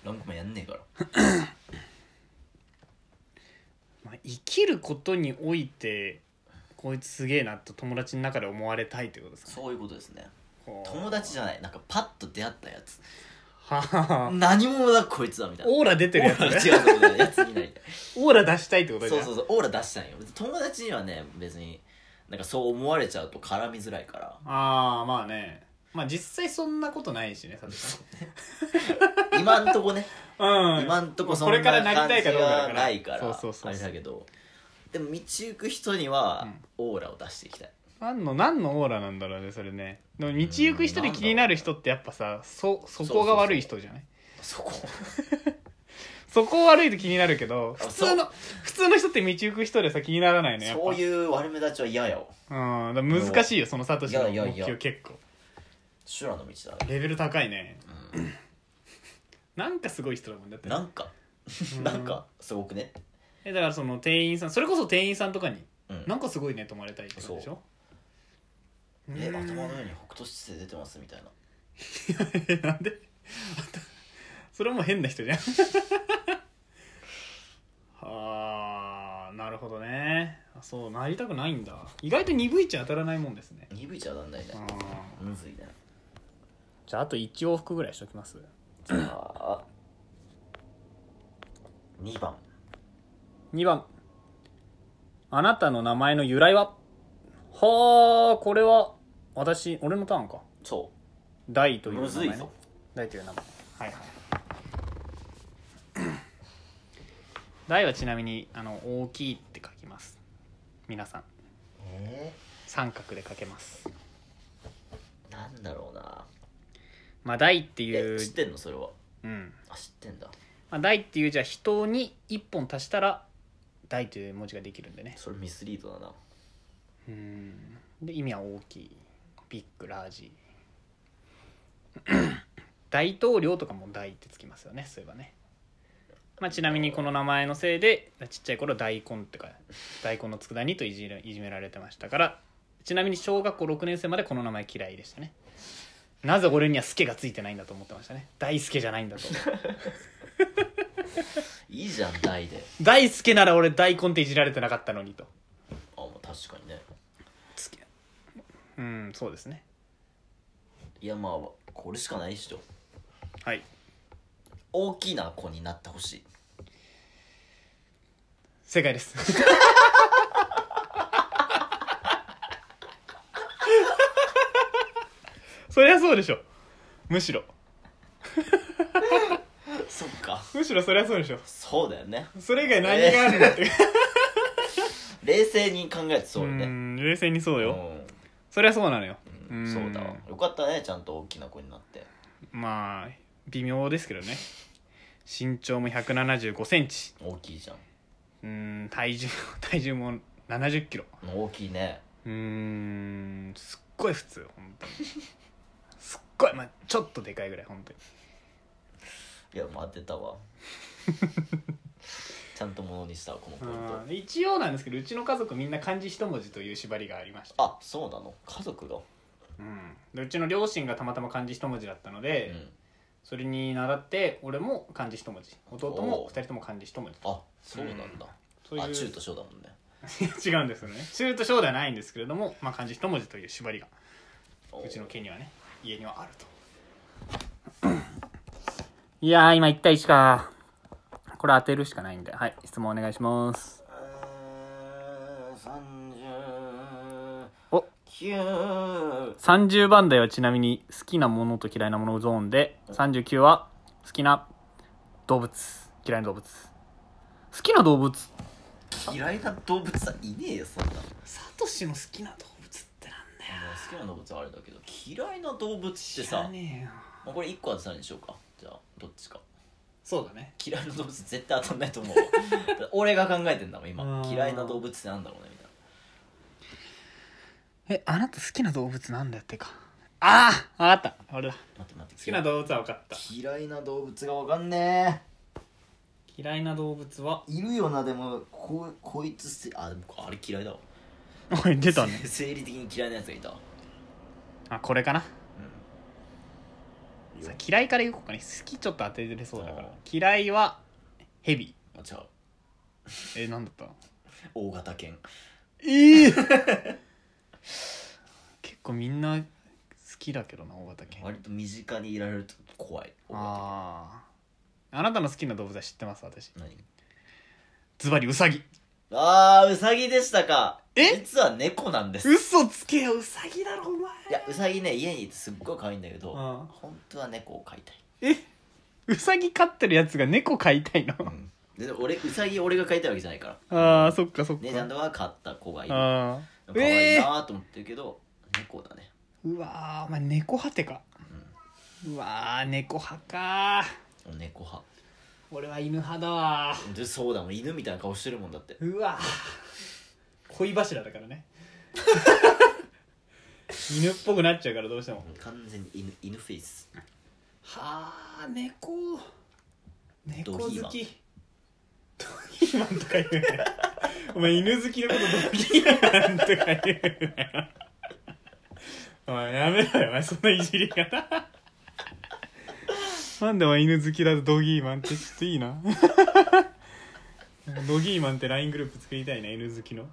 [SPEAKER 2] クもやんねえから
[SPEAKER 1] まあ、生きることにおいてこいつすげえなと友達の中で思われたいということですか
[SPEAKER 2] そういうことですね
[SPEAKER 1] ほう
[SPEAKER 2] 友達じゃないなんかパッと出会ったやつ
[SPEAKER 1] はあ
[SPEAKER 2] 何者だこいつだみたいな
[SPEAKER 1] オーラ出てるやつ
[SPEAKER 2] オーラ
[SPEAKER 1] ね
[SPEAKER 2] 違うそうそうやつになりたい
[SPEAKER 1] オーラ出したいってことじ
[SPEAKER 2] そ
[SPEAKER 1] ゃ
[SPEAKER 2] うんそうそうオーラ出したんよ友達にはね別になんかそう思われちゃうと絡みづらいから
[SPEAKER 1] ああまあねまあ実際そんなことないしねさす
[SPEAKER 2] 今んとこね
[SPEAKER 1] がにうん
[SPEAKER 2] 今んとこそ
[SPEAKER 1] これ
[SPEAKER 2] ん
[SPEAKER 1] か
[SPEAKER 2] な
[SPEAKER 1] らなり
[SPEAKER 2] 感
[SPEAKER 1] たい
[SPEAKER 2] じ
[SPEAKER 1] かどうかだ
[SPEAKER 2] が
[SPEAKER 1] から
[SPEAKER 2] ないから
[SPEAKER 1] そうそうそうそう
[SPEAKER 2] あれだけどでも道行く人には
[SPEAKER 1] うん
[SPEAKER 2] オーラを出していきたい
[SPEAKER 1] 何の何のオーラなんだろうねそれねでも道行く人で気になる人ってやっぱさそそこが悪い人じゃない
[SPEAKER 2] そこ
[SPEAKER 1] そこ悪いと気になるけど
[SPEAKER 2] あ
[SPEAKER 1] 普通の普通の人って道行く人でさ気にならないねやっぱ
[SPEAKER 2] そういう悪目立ちは嫌よ
[SPEAKER 1] うんだから難しいよそのサトシの
[SPEAKER 2] いやいや
[SPEAKER 1] 目
[SPEAKER 2] いや
[SPEAKER 1] 標結構
[SPEAKER 2] 修羅の道だか
[SPEAKER 1] レベル高いね
[SPEAKER 2] ら、
[SPEAKER 1] なんかすごい人だもんだって
[SPEAKER 2] なんか
[SPEAKER 1] う
[SPEAKER 2] なんかすごくね
[SPEAKER 1] えだからその店員さんそれこそ店員さんとかに
[SPEAKER 2] うん
[SPEAKER 1] なんかすごいねと思われたいってことでしょ
[SPEAKER 2] え
[SPEAKER 1] うん
[SPEAKER 2] 頭の上に北斗七星出てますみたいな
[SPEAKER 1] えなんで (laughs) それはもう変な人じゃん (laughs) はあなるほどねあそうなりたくないんだ意外と鈍いっちゃ当たらないもんですね
[SPEAKER 2] 鈍いちゃ当たんないね
[SPEAKER 1] うん
[SPEAKER 2] むずいね
[SPEAKER 1] じゃああと1往復ぐらいしときます
[SPEAKER 2] じゃあ2番
[SPEAKER 1] 2番あなたの名前の由来ははあこれは私俺のターンか
[SPEAKER 2] そ
[SPEAKER 1] 大と
[SPEAKER 2] う
[SPEAKER 1] いう
[SPEAKER 2] む
[SPEAKER 1] 名
[SPEAKER 2] ずい
[SPEAKER 1] 前ね
[SPEAKER 2] ぞ
[SPEAKER 1] 大という名前はいはい (coughs) 大はちなみにあの大きいって書きます皆さん
[SPEAKER 2] え
[SPEAKER 1] 三角で書けます
[SPEAKER 2] ー、なんだろうな
[SPEAKER 1] まあ大ってい
[SPEAKER 2] え
[SPEAKER 1] う
[SPEAKER 2] 知ってんのそれは
[SPEAKER 1] うん
[SPEAKER 2] あ知ってんだ
[SPEAKER 1] まあ、大っていうじゃあ人に一本足したら大という文字ができるんでね
[SPEAKER 2] それミスリードだな
[SPEAKER 1] うんで意味は大きいビッグラージ (coughs) 大統領とかも大ってつきますよねそういえばね、まあ、ちなみにこの名前のせいでちっちゃい頃大根ってか大根の佃煮といじれいじめられてましたからちなみに小学校6年生までこの名前嫌いでしたねなぜ俺には「スケ」がついてないんだと思ってましたね大助じゃないんだと
[SPEAKER 2] いいじゃん大で
[SPEAKER 1] 大助なら俺大根っていじられてなかったのにと
[SPEAKER 2] あもう確かにね
[SPEAKER 1] うんそうですね
[SPEAKER 2] いやまあこれしかないっしょ
[SPEAKER 1] はい
[SPEAKER 2] 大きな子になってほしい
[SPEAKER 1] 正解ですそりゃそうでしょむしろ
[SPEAKER 2] そっか
[SPEAKER 1] むしろそりゃそうでしょ
[SPEAKER 2] そうだよね
[SPEAKER 1] それ以外何があるんだって、
[SPEAKER 2] 冷静に考えて (laughs) そううよね
[SPEAKER 1] ん冷静にそう
[SPEAKER 2] う
[SPEAKER 1] よ、
[SPEAKER 2] ん
[SPEAKER 1] そりゃそうなのよ、
[SPEAKER 2] うんそうだわよかったねちゃんと大きな子になって
[SPEAKER 1] まあ微妙ですけどね身長も1 7 5センチ
[SPEAKER 2] 大きいじゃん
[SPEAKER 1] うん体重 (laughs) 体重も7 0キロ
[SPEAKER 2] 大きいね
[SPEAKER 1] うーんすっごい普通本当にすっごいまあちょっとでかいぐらい本当に
[SPEAKER 2] いや待って
[SPEAKER 1] (laughs)
[SPEAKER 2] たわちゃんとものにしたわこのポイント
[SPEAKER 1] うん一応なんですけどうちの家族みんな漢字一文字という縛りがありました、
[SPEAKER 2] あそうなの家族が
[SPEAKER 1] うん、でうちの両親がたまたま漢字一文字だったので、それに習って俺も漢字一文字弟も
[SPEAKER 2] おー
[SPEAKER 1] 2人とも漢字一文字
[SPEAKER 2] あそうなんだ、
[SPEAKER 1] そう
[SPEAKER 2] あ
[SPEAKER 1] いう
[SPEAKER 2] 中と小だもんね
[SPEAKER 1] (laughs) 違うんですよね中と小ではないんですけれども、まあ、漢字一文字という縛りが
[SPEAKER 2] お
[SPEAKER 1] うちの家にはね家にはあるといやー今1対1かこれ当てるしかないんではい質問お願いしますお
[SPEAKER 2] 39
[SPEAKER 1] 30番台はちなみに好きなものと嫌いなものゾーンで39は好きな動物嫌いな動物好きな動物
[SPEAKER 2] 嫌いな動物はいねえよそんなの
[SPEAKER 1] サトシの好きな動物ってなんだよ
[SPEAKER 2] 好きな動物はあれだけど嫌いな動物って
[SPEAKER 1] 知
[SPEAKER 2] さ
[SPEAKER 1] らねえよ
[SPEAKER 2] まあこれ1個当てたんでしょうかじゃあどっちか
[SPEAKER 1] そうだね
[SPEAKER 2] 嫌いな動物絶対当たんないと思うわだ
[SPEAKER 1] (laughs)
[SPEAKER 2] って俺が考えてんだもん
[SPEAKER 1] う
[SPEAKER 2] 今
[SPEAKER 1] ん
[SPEAKER 2] 嫌いな動物ってなんだろうねみたいな
[SPEAKER 1] えあなた好きな動物なんだってかああ分かった俺だ
[SPEAKER 2] 待って待って
[SPEAKER 1] 好きな動物は分かった
[SPEAKER 2] 嫌いな動物がわかんね
[SPEAKER 1] 嫌いな動物は
[SPEAKER 2] えいるよなでもここいつせあでもあれ嫌いだわ
[SPEAKER 1] おい出たね
[SPEAKER 2] せ生理的に嫌いなやつがいたわ
[SPEAKER 1] あこれかな
[SPEAKER 2] うんい
[SPEAKER 1] さ
[SPEAKER 2] や
[SPEAKER 1] 嫌いから言おうかね好きちょっと当てれそうだか
[SPEAKER 2] あ
[SPEAKER 1] ら嫌いはヘビ
[SPEAKER 2] あ違う
[SPEAKER 1] えなんだった
[SPEAKER 2] 大型犬
[SPEAKER 1] ええ (laughs) 結構みんな好きだけどな大型犬
[SPEAKER 2] 割と身近にいられると怖い大型
[SPEAKER 1] あああなたの好きな動物は知ってます私
[SPEAKER 2] 犬何
[SPEAKER 1] ズバリウサギ
[SPEAKER 2] あーうさぎでしたか
[SPEAKER 1] え
[SPEAKER 2] 実は猫なんですい
[SPEAKER 1] 嘘つけよウサギだろお前
[SPEAKER 2] やうさぎね家にいてすっごい可愛いんだけど
[SPEAKER 1] うん
[SPEAKER 2] 本当は猫を飼いたい
[SPEAKER 1] ウサギ飼ってるやつが猫飼いたいの、
[SPEAKER 2] で俺うさぎ俺が飼いたいわけじゃないから
[SPEAKER 1] ああそっかそっか、
[SPEAKER 2] 姉ちゃんとか飼った子がいる可
[SPEAKER 1] ああ
[SPEAKER 2] 愛い
[SPEAKER 1] え
[SPEAKER 2] なーと思ってるけど、猫だね
[SPEAKER 1] ーうわーお前猫派てか、うわー猫派か
[SPEAKER 2] 猫派
[SPEAKER 1] 俺は犬派だわ
[SPEAKER 2] でそうだもん犬みたいな顔してるもんだって
[SPEAKER 1] うわ恋柱だから (laughs) ね犬っぽくなっちゃうからどうしても
[SPEAKER 2] 完全に犬犬フェ
[SPEAKER 1] (laughs)
[SPEAKER 2] イス
[SPEAKER 1] はあ猫猫
[SPEAKER 2] ド
[SPEAKER 1] 好
[SPEAKER 2] ギーマン
[SPEAKER 1] きドギーマンとか言うなよお前犬好きのことドギーマンとか言うなよお前やめろよお前そのいじりがなんでお前犬好きだとドギーマンってちょっといいななんかドギーマンって LINE グループ作りたいな犬好きの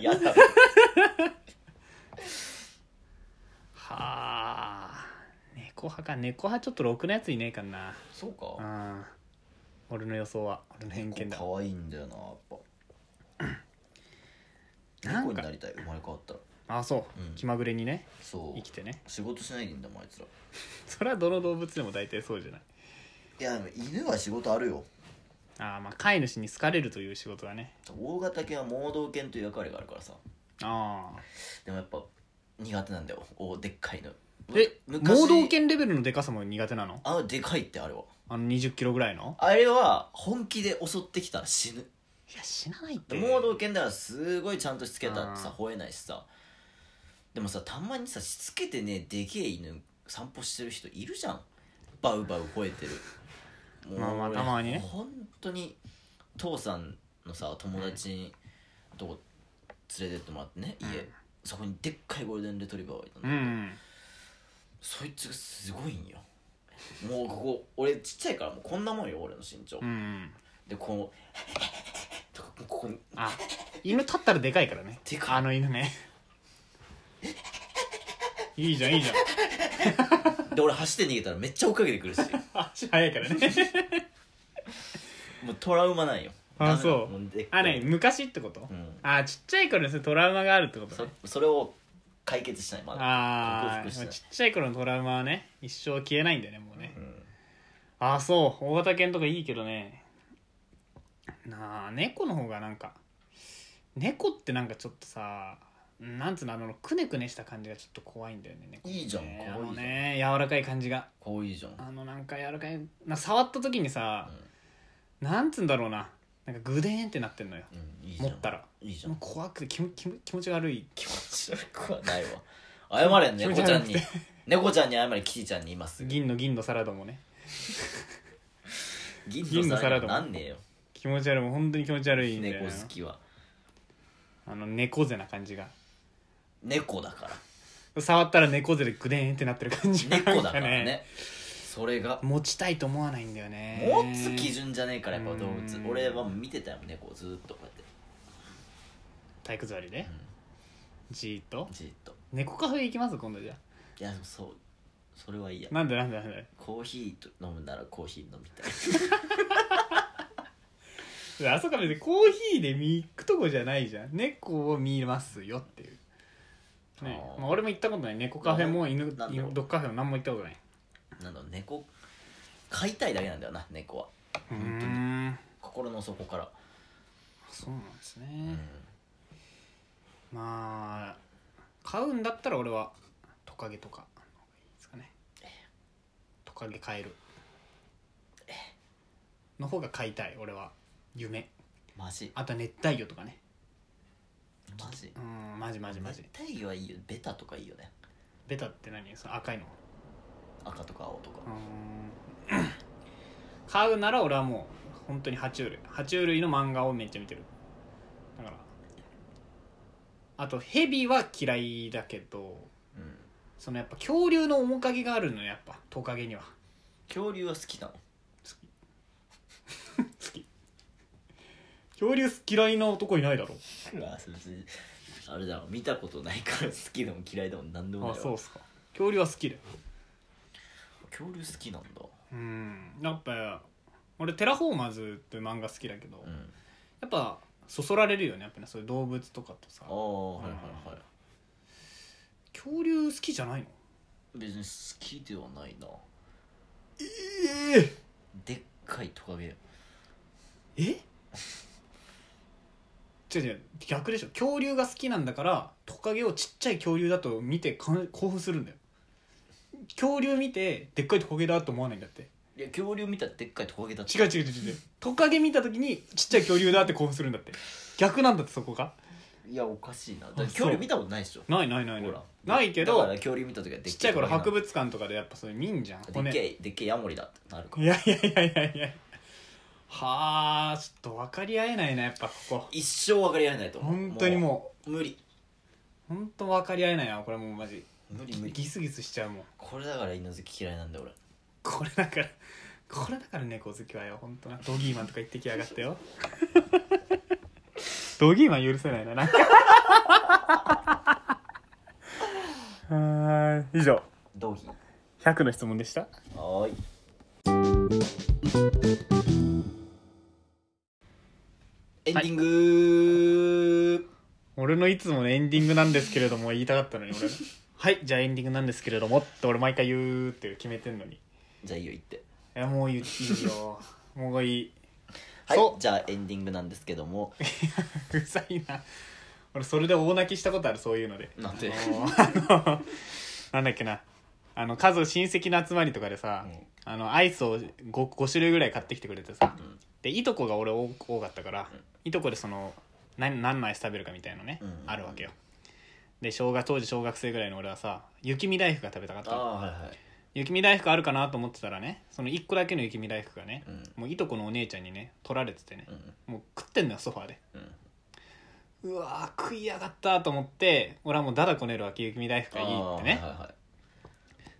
[SPEAKER 2] やだ
[SPEAKER 1] はあ猫派か猫派ちょっとろくなやついねえかな
[SPEAKER 2] そうか
[SPEAKER 1] あー俺の予想は俺の偏見だ
[SPEAKER 2] 可愛いんだよなやっぱ
[SPEAKER 1] (coughs) なんか
[SPEAKER 2] 猫になりたい生まれ変わったら
[SPEAKER 1] あそううん気まぐれにね
[SPEAKER 2] そ
[SPEAKER 1] 生き
[SPEAKER 2] う
[SPEAKER 1] てね (laughs)
[SPEAKER 2] 仕事しないでいいんだもんあいつら
[SPEAKER 1] それはどの動物でも大体そうじゃない
[SPEAKER 2] いやでも犬は仕事あるよ
[SPEAKER 1] あーまあ飼い主に好かれるという仕事はね
[SPEAKER 2] 大型犬は盲導犬という役割があるからさ
[SPEAKER 1] ああ
[SPEAKER 2] でもやっぱ苦手なんだよおでっかいの
[SPEAKER 1] え
[SPEAKER 2] 昔
[SPEAKER 1] 盲導犬レベルのでかさも苦手なの
[SPEAKER 2] あのでかいってあれは
[SPEAKER 1] あの2 0キロぐらいの
[SPEAKER 2] あれは本気で襲ってきたら死ぬ
[SPEAKER 1] いや死なないって
[SPEAKER 2] で盲導犬だからすごいちゃんとしつけたってさ
[SPEAKER 1] うん
[SPEAKER 2] 吠えないしさでもさたまにさしつけてねでけえ犬散歩してる人いるじゃんバウバウ吠えてるも
[SPEAKER 1] まあまあ
[SPEAKER 2] 俺
[SPEAKER 1] たまにね
[SPEAKER 2] 本当に父さんのさ友達にとこ連れてってもらってね家、
[SPEAKER 1] うん
[SPEAKER 2] そこにでっかいゴールデンレトリバーがいた
[SPEAKER 1] う
[SPEAKER 2] の、
[SPEAKER 1] ん
[SPEAKER 2] そいつがすごいんよもうここ俺ちっちゃいからもうこんなもんよ俺の身長、
[SPEAKER 1] うん
[SPEAKER 2] でこうとかここに
[SPEAKER 1] あ犬立ったらでかいからね
[SPEAKER 2] でかい
[SPEAKER 1] あの犬
[SPEAKER 2] (laughs)
[SPEAKER 1] ねいいじゃんいいじゃん
[SPEAKER 2] で俺走って逃げたらめっちゃ追っかけて
[SPEAKER 1] (laughs)
[SPEAKER 2] くるし
[SPEAKER 1] 足早いからね
[SPEAKER 2] もうトラウマなんよ
[SPEAKER 1] あ
[SPEAKER 2] ダメな
[SPEAKER 1] そう
[SPEAKER 2] もでっかい
[SPEAKER 1] あね昔ってこと、
[SPEAKER 2] うん、
[SPEAKER 1] あーちっちゃい頃にそういうトラウマがあるってことね
[SPEAKER 2] そそれを解決しないまだ
[SPEAKER 1] あ
[SPEAKER 2] 克服
[SPEAKER 1] あ
[SPEAKER 2] しない
[SPEAKER 1] ちっちゃい頃のトラウマはね一生消えないんだよねもうね、
[SPEAKER 2] うん
[SPEAKER 1] ああそう大型犬とかいいけどねなあ猫の方がなんか猫ってなんかちょっとさなんつうのあのくねくねした感じがちょっと怖いんだよね猫ってね
[SPEAKER 2] いいじゃん可愛いじゃん
[SPEAKER 1] あのね柔らかい感じが
[SPEAKER 2] こういいじゃん、
[SPEAKER 1] あのなんか柔らかいな触った時にさ、なんつうんだろうななんかグデーンってなってんのよ
[SPEAKER 2] うん、いいじ
[SPEAKER 1] 持
[SPEAKER 2] ゃん
[SPEAKER 1] ったら
[SPEAKER 2] いいじゃ
[SPEAKER 1] もうん怖くて気持気持気持ち悪い
[SPEAKER 2] 気持ち悪くはないわ謝れ
[SPEAKER 1] 気持
[SPEAKER 2] 猫
[SPEAKER 1] ち悪くて
[SPEAKER 2] ちゃんに猫ちゃんに謝れキティちゃんに今すぐ
[SPEAKER 1] 銀の銀のサラダもね
[SPEAKER 2] 銀の皿にはなんねえよ
[SPEAKER 1] 気持ち悪いもう本当に気持ち悪いんだよ
[SPEAKER 2] 猫
[SPEAKER 1] な
[SPEAKER 2] 好きは
[SPEAKER 1] あの猫背な感じが
[SPEAKER 2] 猫だから
[SPEAKER 1] (laughs) 触ったら猫背でグデーンってなってる感じが
[SPEAKER 2] 猫だから
[SPEAKER 1] なん
[SPEAKER 2] ねそれが
[SPEAKER 1] 持ちたいと思わないんだよね
[SPEAKER 2] 持つ基準じゃねえからやっぱ動
[SPEAKER 1] うん
[SPEAKER 2] 物俺は見てたよねこうずーっとこうやって
[SPEAKER 1] 体育座りでじーっと
[SPEAKER 2] じーっと
[SPEAKER 1] 猫カフェ行きます今度じゃ
[SPEAKER 2] いやでもそうそれはいいや
[SPEAKER 1] あなんでなんでなんで
[SPEAKER 2] コーヒーと飲むならコーヒー飲みたい (laughs)
[SPEAKER 1] あそこは別にコーヒーで見行くとこじゃないじゃん猫を見ますよっていう、ね
[SPEAKER 2] あー
[SPEAKER 1] まあ、俺も行ったことない猫カフェも犬
[SPEAKER 2] なんだろう
[SPEAKER 1] 犬ドッグカフェも何も行ったことない
[SPEAKER 2] なんだろう猫飼いたいだけなんだよな猫は
[SPEAKER 1] うー
[SPEAKER 2] 当に
[SPEAKER 1] ん
[SPEAKER 2] 心の底から、
[SPEAKER 1] そうなんですね、
[SPEAKER 2] うん
[SPEAKER 1] まあ買うんだったら俺はトカゲとかの方がいいですかねトカゲ飼えるの方が飼いたい俺は夢
[SPEAKER 2] マジ
[SPEAKER 1] あとは熱帯魚とかね
[SPEAKER 2] マジ
[SPEAKER 1] うんマジマジマジ
[SPEAKER 2] 熱帯魚はいいよベタとかいいよね
[SPEAKER 1] ベタって何その赤いの
[SPEAKER 2] 赤とか青とか
[SPEAKER 1] うーん買うなら俺はもう本当に爬虫類爬虫類の漫画をめっちゃ見てるだからあとヘビは嫌いだけど
[SPEAKER 2] うん
[SPEAKER 1] そのやっぱ恐竜の面影があるのよやっぱトカゲには
[SPEAKER 2] 恐竜は好きな
[SPEAKER 1] (laughs)
[SPEAKER 2] の
[SPEAKER 1] 好き恐竜嫌いな男いないだろ
[SPEAKER 2] あそれ別にあれだろ見たことないから (laughs) 好きでも嫌いでも何でも
[SPEAKER 1] あ
[SPEAKER 2] ないわ
[SPEAKER 1] そうっすか恐竜は好きだよ
[SPEAKER 2] 恐竜好きなんだ
[SPEAKER 1] うんやっぱ俺テラフォーマーズっていう漫画好きだけど、
[SPEAKER 2] う
[SPEAKER 1] やっ
[SPEAKER 2] ん
[SPEAKER 1] ぱそそられるよねやっぱねそういう動物とかとさ
[SPEAKER 2] ああはいはいはい
[SPEAKER 1] 恐竜好きじゃないの
[SPEAKER 2] 別に好きではないな
[SPEAKER 1] ええ
[SPEAKER 2] でっかいトカゲよ
[SPEAKER 1] え違う違う逆でしょ恐竜が好きなんだからトカゲをちっちゃい恐竜だと見てかん興奮するんだよ恐竜見てでっかいトカゲだと思わないんだって
[SPEAKER 2] いや恐竜見たらでっかいトカゲだって
[SPEAKER 1] 違う違う違う違うトカゲ見た時にちっちゃい恐竜だって興奮するんだって逆なんだってそこが
[SPEAKER 2] いやおかしいなだか
[SPEAKER 1] あ
[SPEAKER 2] ら恐竜見たことないでしょ
[SPEAKER 1] ないないないな
[SPEAKER 2] ほ
[SPEAKER 1] い
[SPEAKER 2] ら
[SPEAKER 1] ないけ
[SPEAKER 2] だから
[SPEAKER 1] ど
[SPEAKER 2] 恐竜見た時はで
[SPEAKER 1] ちっ
[SPEAKER 2] っ
[SPEAKER 1] ちゃ
[SPEAKER 2] けえ
[SPEAKER 1] い頃
[SPEAKER 2] トカゲ
[SPEAKER 1] 博物館とかでやっぱそれ見んじゃん
[SPEAKER 2] な
[SPEAKER 1] 骨
[SPEAKER 2] でっけえでっけえヤモリだってなるから
[SPEAKER 1] いやいやいやいやいやはあちょっと分かり合えないなやっぱここ
[SPEAKER 2] 一生分かり合えないと思う
[SPEAKER 1] 本当に
[SPEAKER 2] も
[SPEAKER 1] も
[SPEAKER 2] う無理
[SPEAKER 1] う本当分かり合えないなこれもうマジ
[SPEAKER 2] 無理無理
[SPEAKER 1] ギスギスしちゃうもん
[SPEAKER 2] これだから犬好き嫌いなんだよ俺
[SPEAKER 1] これだからこれだから猫好きはよ本当なドギーマンとか言ってきやが (laughs) ったよドギーマン許せないななんかはーい以上
[SPEAKER 2] ドギー
[SPEAKER 1] 100の質問でした
[SPEAKER 2] はーいエンディング
[SPEAKER 1] 俺のいつものエンディングなんですけれども言いたかったのに俺はいじゃあエンディングなんですけれどもって俺毎回言うっていう決めてんのにい
[SPEAKER 2] じゃあいいよ言って
[SPEAKER 1] やもう言っていいよもう (laughs) いい
[SPEAKER 2] はい
[SPEAKER 1] そう
[SPEAKER 2] じゃあエンディングなんですけ
[SPEAKER 1] (laughs)
[SPEAKER 2] ども
[SPEAKER 1] うざいな俺それで大泣きしたことあるそういうので
[SPEAKER 2] なんで
[SPEAKER 1] あのーあの (laughs) なんだっけなあの家族親戚の集まりとかでさ、 (laughs)
[SPEAKER 2] うん
[SPEAKER 1] あのアイスを 5, 5種類ぐらい買ってきてくれてさ、
[SPEAKER 2] ん
[SPEAKER 1] でいとこが俺多多かったから、
[SPEAKER 2] うん
[SPEAKER 1] いとこでその何何のアイス食べるかみたいのね、
[SPEAKER 2] うん
[SPEAKER 1] あるわけよで小学当時小学生ぐらいの俺はさ雪見大福が食べたかっ
[SPEAKER 2] あ
[SPEAKER 1] た
[SPEAKER 2] あ
[SPEAKER 1] の
[SPEAKER 2] はいはい
[SPEAKER 1] 雪見大福あるかなと思ってたらねその1個だけの雪見大福がね、
[SPEAKER 2] うん
[SPEAKER 1] もういとこのお姉ちゃんにね取られててね
[SPEAKER 2] う、ん
[SPEAKER 1] もう食ってんのよソファーで
[SPEAKER 2] うん
[SPEAKER 1] うわー食いやがったと思って俺はもうだだこねるわけ雪見大福がいいってね
[SPEAKER 2] あーはいはい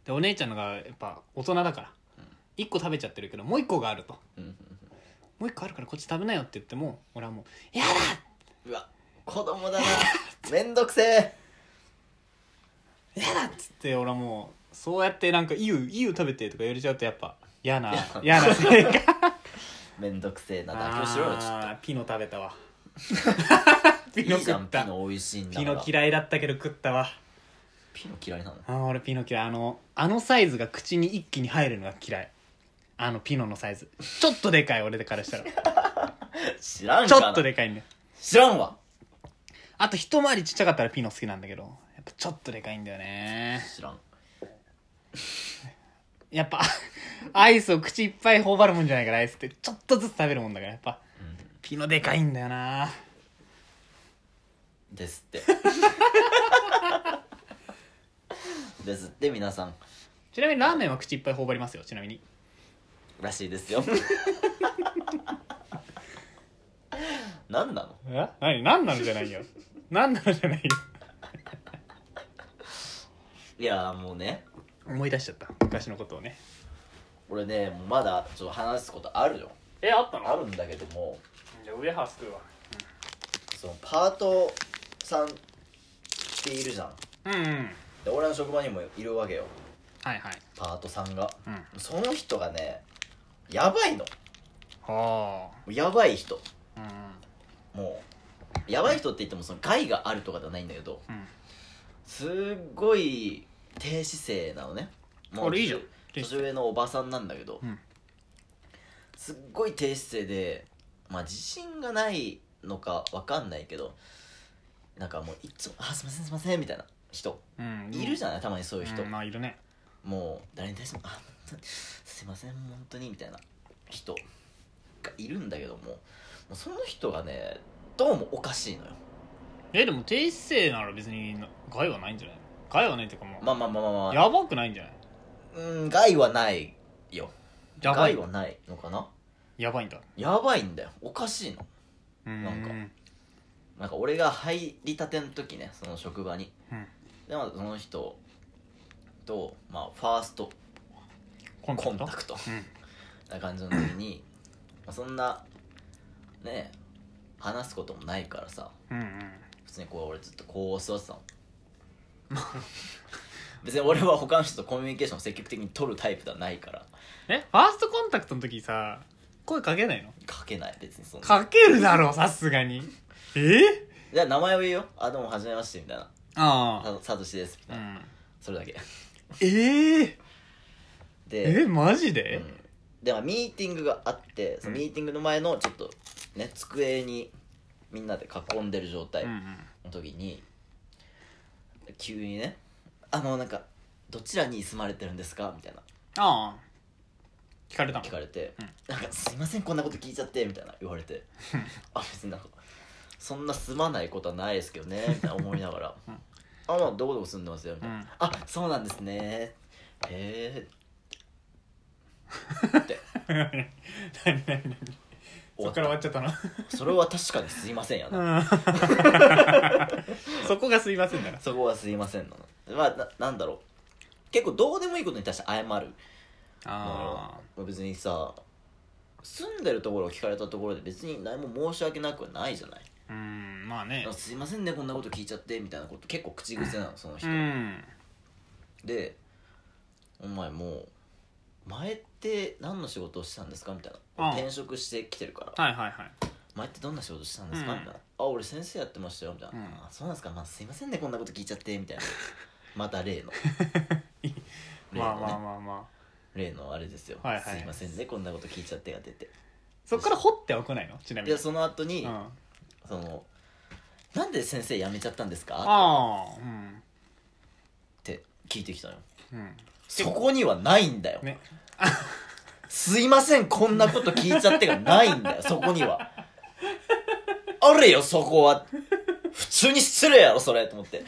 [SPEAKER 1] でお姉ちゃんのがやっぱ大人だから
[SPEAKER 2] うん
[SPEAKER 1] 1個食べちゃってるけどもう1個があると
[SPEAKER 2] うんうん
[SPEAKER 1] もう1個あるからこっち食べなよって言っても俺はもう「やだ!」
[SPEAKER 2] うんうわ子供だな (laughs) めんどくせえ
[SPEAKER 1] 嫌だっつって俺はもうそうやってなんか「いいよいいよ食べて」とか言われちゃうとやっぱ嫌な嫌な性格
[SPEAKER 2] めんどくせえな妥協しろよちょっ
[SPEAKER 1] あーピノ食べたわ
[SPEAKER 2] と
[SPEAKER 1] ピ
[SPEAKER 2] い
[SPEAKER 1] ノ
[SPEAKER 2] いじゃ
[SPEAKER 1] 食
[SPEAKER 2] ん
[SPEAKER 1] っ
[SPEAKER 2] ピ
[SPEAKER 1] た
[SPEAKER 2] ノ美味しいんだ
[SPEAKER 1] ピ
[SPEAKER 2] から
[SPEAKER 1] ノ嫌いだったけど食ったわ
[SPEAKER 2] ピノ嫌
[SPEAKER 1] (laughs)
[SPEAKER 2] いなの
[SPEAKER 1] あー俺ピノ嫌いあのあのサイズが口に一気に入るのが嫌いあのピノのサイズちょっとでかい俺からしたら
[SPEAKER 2] 知らん
[SPEAKER 1] ち
[SPEAKER 2] かな
[SPEAKER 1] ょっとでかいんだよ
[SPEAKER 2] 知らんわ
[SPEAKER 1] あと一回りちっちゃかったらピノ好きなんだけど、やっぱちょっとでかいんだよね。
[SPEAKER 2] 知らん
[SPEAKER 1] やっぱ、 (laughs) アイスを口いっぱい頬張るもんじゃないから、アイスってちょっとずつ食べるもんだから、やっぱ、ピノでかいんだよな
[SPEAKER 2] ですって (laughs) ですって皆さん
[SPEAKER 1] ちなみにラーメンは口いっぱい頬張りますよ、ちなみに。
[SPEAKER 2] らしいですよ (laughs) 何なの
[SPEAKER 1] え何何なのじゃないよ。 (laughs) 何なのじゃないよ。
[SPEAKER 2] いやもうね
[SPEAKER 1] 思い出しちゃった、昔のことをね。
[SPEAKER 2] 俺ねもうまだちょっと話すことあるよ
[SPEAKER 1] えあったの
[SPEAKER 2] あるんだけども
[SPEAKER 1] じゃあウエハース食うわ
[SPEAKER 2] そのパートさんっているじゃん
[SPEAKER 1] うんうん
[SPEAKER 2] で俺の職場にもいるわけよ
[SPEAKER 1] はいはい
[SPEAKER 2] パートさんが
[SPEAKER 1] うん
[SPEAKER 2] その人がねやばいの
[SPEAKER 1] は
[SPEAKER 2] やばい人
[SPEAKER 1] あうん
[SPEAKER 2] もうやばい人って言ってもその害があるとかではないんだけど
[SPEAKER 1] うん
[SPEAKER 2] すっごい低姿勢なのねもう
[SPEAKER 1] あれいいじゃん
[SPEAKER 2] 年年上のおばさんなんだけど、
[SPEAKER 1] うん
[SPEAKER 2] すっごい低姿勢でまあ自信がないのかわかんないけどなんかもういつも「あすいませんすいません」みたいな人
[SPEAKER 1] うん
[SPEAKER 2] いるじ
[SPEAKER 1] ゃ
[SPEAKER 2] ゃないたまにそういう人、
[SPEAKER 1] まあいるね
[SPEAKER 2] もう誰に対しても「あ本当にすいません本当に」みたいな人がいるんだけどももうその人がねどうもおかしいのよ
[SPEAKER 1] えでも低姿勢なら別に害はないんじゃない害はないっていうかもう、
[SPEAKER 2] まあまあまあまあまあ
[SPEAKER 1] やばくないんじゃない
[SPEAKER 2] うん害はないよ
[SPEAKER 1] やば
[SPEAKER 2] 害
[SPEAKER 1] い
[SPEAKER 2] はないのかな
[SPEAKER 1] やばいんだ
[SPEAKER 2] やばいんだよおかしいの
[SPEAKER 1] うん
[SPEAKER 2] なんかなんか俺が入りたての時ねその職場に
[SPEAKER 1] うん
[SPEAKER 2] でまずその人と、まあ、ファースト
[SPEAKER 1] コンタ
[SPEAKER 2] コ
[SPEAKER 1] ク
[SPEAKER 2] ン
[SPEAKER 1] ト
[SPEAKER 2] タクト
[SPEAKER 1] うん
[SPEAKER 2] な感じの時に、まあ、そんなね話すこともないからさ
[SPEAKER 1] うんうん
[SPEAKER 2] 普通にこう俺ずっとこう座ってたの別に俺は他の人とコミュニケーションを積極的に取るタイプではないから
[SPEAKER 1] えファーストコンタクトの時さ声かけないの
[SPEAKER 2] 書けない別にそんな
[SPEAKER 1] かけるだ
[SPEAKER 2] (laughs)
[SPEAKER 1] ろさすがにえ
[SPEAKER 2] じゃあ名前を言うよあどうもはじめましてみたいな
[SPEAKER 1] あ
[SPEAKER 2] さサトシですみた
[SPEAKER 1] あう
[SPEAKER 2] いな、
[SPEAKER 1] ん
[SPEAKER 2] それだけ
[SPEAKER 1] ええ
[SPEAKER 2] で
[SPEAKER 1] えマジ
[SPEAKER 2] う
[SPEAKER 1] で
[SPEAKER 2] ん、でまあミーティングがあってそのミーティングの前のちょっとね机にみんなで囲んでる状態
[SPEAKER 1] うんう
[SPEAKER 2] の
[SPEAKER 1] ん
[SPEAKER 2] 時に、急にね「あのなんかどちらに住まれてるんですか?」みたいな
[SPEAKER 1] ああ聞かれたの
[SPEAKER 2] 聞かれて
[SPEAKER 1] うん
[SPEAKER 2] 「なんかすいませんこんなこと聞いちゃって」みたいな言われて「あ別になんかそんな住まないことはないですけ
[SPEAKER 1] (laughs)
[SPEAKER 2] どね」みたいな思いながら「
[SPEAKER 1] うん
[SPEAKER 2] あまあどこどこ住んでますよ」みたいな
[SPEAKER 1] うん (laughs)
[SPEAKER 2] あそうなんですねへえ
[SPEAKER 1] 何何何 (laughs) そっから終わっちゃったな
[SPEAKER 2] それは確かにすいませんやな、
[SPEAKER 1] う
[SPEAKER 2] (laughs)
[SPEAKER 1] んそこがすいませんだな
[SPEAKER 2] そこはすいませんなのまあななんだろう結構どうでもいいことに対して謝る
[SPEAKER 1] あ
[SPEAKER 2] まあ別にさ住んでるところを聞かれたところで別に何も申し訳なくはないじゃない
[SPEAKER 1] あうんまあね
[SPEAKER 2] あすいませんねこんなこと聞いちゃってみたいなこと結構口癖なのその
[SPEAKER 1] う
[SPEAKER 2] 人、
[SPEAKER 1] ん
[SPEAKER 2] でお前もう前って何の仕事をしてたんですかみたいな
[SPEAKER 1] うん
[SPEAKER 2] 転職してきてるから
[SPEAKER 1] はいはいはい
[SPEAKER 2] 前ってどんな仕事してたんですか?」
[SPEAKER 1] うん
[SPEAKER 2] みたいな「あ俺先生やってましたよ」みたいな「
[SPEAKER 1] うん
[SPEAKER 2] あそうなんですか、まあ、すいませんねこんなこと聞いちゃって」
[SPEAKER 1] (laughs)
[SPEAKER 2] みたいなまた例の例
[SPEAKER 1] まあ
[SPEAKER 2] の、ね
[SPEAKER 1] まあまあまあ
[SPEAKER 2] 例のあれですよ、
[SPEAKER 1] はいはい
[SPEAKER 2] すいませんねこんなこと聞いちゃって」が出て
[SPEAKER 1] そっから掘っては来ないのちなみ
[SPEAKER 2] で
[SPEAKER 1] に
[SPEAKER 2] その後に、
[SPEAKER 1] うんあ
[SPEAKER 2] その「なんで先生辞めちゃったんですか?」
[SPEAKER 1] あうん
[SPEAKER 2] って聞いてきたのよ
[SPEAKER 1] うん
[SPEAKER 2] そこにはないんだよ、
[SPEAKER 1] ね
[SPEAKER 2] すいませんこんなこと聞いちゃってがないんだよそこにはあれよそこは普通に失礼やろそれと思って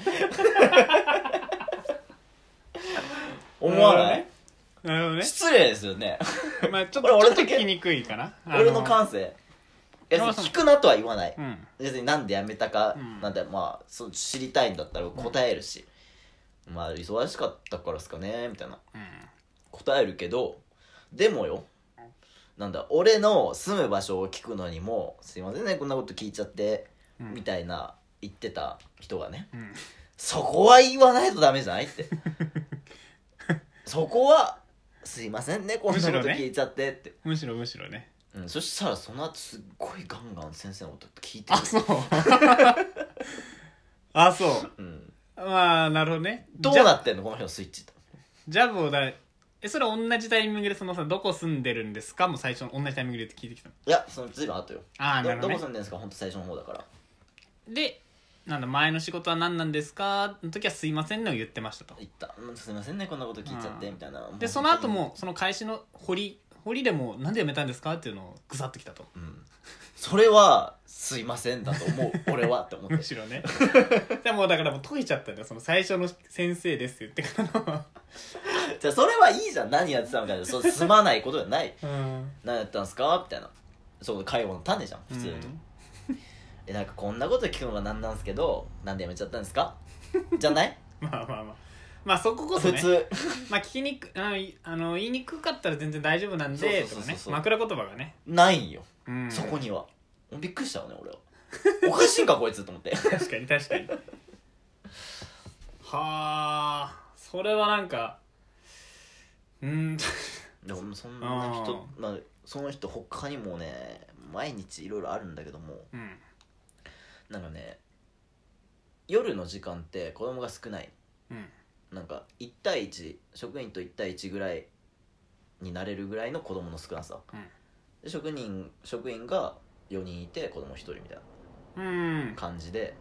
[SPEAKER 2] 思わない、
[SPEAKER 1] なるほどね
[SPEAKER 2] 失礼ですよね
[SPEAKER 1] まあちょっ
[SPEAKER 2] 俺
[SPEAKER 1] と
[SPEAKER 2] 俺
[SPEAKER 1] ちょ
[SPEAKER 2] だ
[SPEAKER 1] っと
[SPEAKER 2] け
[SPEAKER 1] 聞きにくいかなあ
[SPEAKER 2] 俺の感性いや
[SPEAKER 1] 山田さん
[SPEAKER 2] 聞くなとは言わない
[SPEAKER 1] うん
[SPEAKER 2] 別になんで辞めたか、
[SPEAKER 1] うん
[SPEAKER 2] なんてまあそう知りたいんだったら答えるし、まあ忙しかったからですかねみたいな
[SPEAKER 1] うん
[SPEAKER 2] 答えるけどでもよなんだ俺の住む場所を聞くのにも「すいませんねこんなこと聞いちゃって」
[SPEAKER 1] うん
[SPEAKER 2] みたいな言ってた人がね
[SPEAKER 1] うん
[SPEAKER 2] 「そこは言わないとダメじゃない?」
[SPEAKER 1] (laughs)
[SPEAKER 2] って「そこはすいませんねこんなこ
[SPEAKER 1] むし
[SPEAKER 2] と
[SPEAKER 1] ろね
[SPEAKER 2] 聞いちゃって」って、
[SPEAKER 1] むしろむしろね
[SPEAKER 2] うん、そしたらその後すっごいガンガン先生のこと聞いて
[SPEAKER 1] あ
[SPEAKER 2] る
[SPEAKER 1] そう (laughs) あそう
[SPEAKER 2] うん、
[SPEAKER 1] まあなるほどね
[SPEAKER 2] どうなってんのこの人のスイッチって
[SPEAKER 1] ジャブをだえそれ同じタイミングでそのさどこ住んでるんですかもう最初の同じタイミングで聞いてきたの
[SPEAKER 2] いやその随分後よ
[SPEAKER 1] ああな
[SPEAKER 2] ど
[SPEAKER 1] る
[SPEAKER 2] ど
[SPEAKER 1] ほ
[SPEAKER 2] こ
[SPEAKER 1] ど、ね、
[SPEAKER 2] 住んでんですか本当最初の方だから
[SPEAKER 1] でなんだ前の仕事は何なんですかの時は「すいませんね」を言ってましたと
[SPEAKER 2] 言った「うんすいませんねこんなこと聞いちゃって」
[SPEAKER 1] うん
[SPEAKER 2] みたいな
[SPEAKER 1] でその後もその開始の掘り掘りでもなんでやめたんですかっていうのをぐさっときたと
[SPEAKER 2] うんそれは「すいません」だと思う俺はって思
[SPEAKER 1] (laughs)
[SPEAKER 2] って
[SPEAKER 1] むしろねでもうだからもう解いちゃったんだよその最初の「先生です」って言ってか
[SPEAKER 2] じゃあそれはいいじゃん何やってたのかそうすまないことじゃない
[SPEAKER 1] らの
[SPEAKER 2] 何やったんすかみたいなそう会話の種じゃん
[SPEAKER 1] う
[SPEAKER 2] 普
[SPEAKER 1] ん
[SPEAKER 2] 通に、えなんかこんなこと聞くのがなんなんすけどなんでやめちゃったんですかじゃない
[SPEAKER 1] まあまあまあまあそここ (laughs) そ
[SPEAKER 2] 普
[SPEAKER 1] ね
[SPEAKER 2] 通
[SPEAKER 1] まあ聞きにくあのいあの言いにくかったら全然大丈夫なんで
[SPEAKER 2] そ
[SPEAKER 1] と
[SPEAKER 2] うそうそう
[SPEAKER 1] か
[SPEAKER 2] そう
[SPEAKER 1] ね枕言葉がね、
[SPEAKER 2] ないんよ、
[SPEAKER 1] うん、
[SPEAKER 2] そこにはびっくりしたよね俺はおかしいんかこいつと思って (laughs)
[SPEAKER 1] 確かに確かにはあそれはなんかうーん
[SPEAKER 2] でもそんな人
[SPEAKER 1] あ
[SPEAKER 2] まあ、その人他にもね毎日いろいろあるんだけども
[SPEAKER 1] うん
[SPEAKER 2] なんかね夜の時間って子供が少ない
[SPEAKER 1] うん
[SPEAKER 2] なんか1対1職員と1対1ぐらいになれるぐらいの子供の少なさ、
[SPEAKER 1] うん
[SPEAKER 2] で職人職員が4人いて子供1人みたい
[SPEAKER 1] うん
[SPEAKER 2] な感じで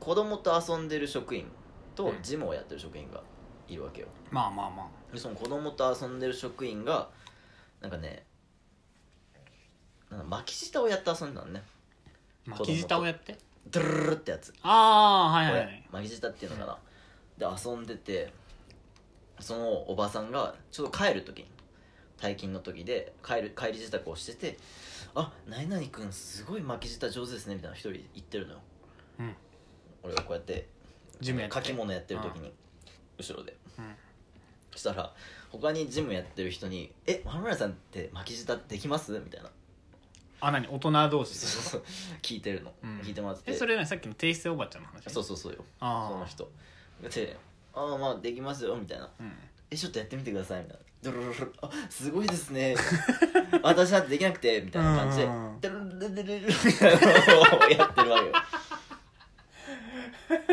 [SPEAKER 2] 子供と遊んでる職員と
[SPEAKER 1] うん
[SPEAKER 2] 事務をやってる職員がいるわけよ、
[SPEAKER 1] まあまあま
[SPEAKER 2] でその子供と遊んでる職員がなんかねなんか巻き舌をやって遊んでたのね
[SPEAKER 1] あ巻き舌をやって
[SPEAKER 2] ドゥルルルってやつ
[SPEAKER 1] ああはい
[SPEAKER 2] こ
[SPEAKER 1] はい
[SPEAKER 2] れ、
[SPEAKER 1] はい
[SPEAKER 2] 巻き舌っていうのかな、で遊んでてそのおばさんがちょうど帰る時に退勤の時で帰る帰り支度をしてて「あ何々くんすごい巻き舌上手ですね」みたいな一人言ってるのよ、
[SPEAKER 1] うん
[SPEAKER 2] 俺がこうやって
[SPEAKER 1] ジムやって
[SPEAKER 2] 書き物やってる時に後ろで
[SPEAKER 1] うん
[SPEAKER 2] そしたら他にジムやってる人に「え浜村さんって巻き舌できます?」みたいな
[SPEAKER 1] あ何大人同士で
[SPEAKER 2] (laughs) 聞いてるの、
[SPEAKER 1] うん
[SPEAKER 2] 聞いてもらって
[SPEAKER 1] え
[SPEAKER 2] て
[SPEAKER 1] それ何さっきの定性おばちゃんの話
[SPEAKER 2] そうそうそうよその
[SPEAKER 1] あ
[SPEAKER 2] 人で「ああまあできますよ」みたいな
[SPEAKER 1] あうん
[SPEAKER 2] 「えちょっとやってみてください」みたいな「ドロロロロあすごいですね」私なんてできなくて」みたいな感じで
[SPEAKER 1] うんうんうん
[SPEAKER 2] 「ドロロロロロロ」みたいなのをやってるわけよ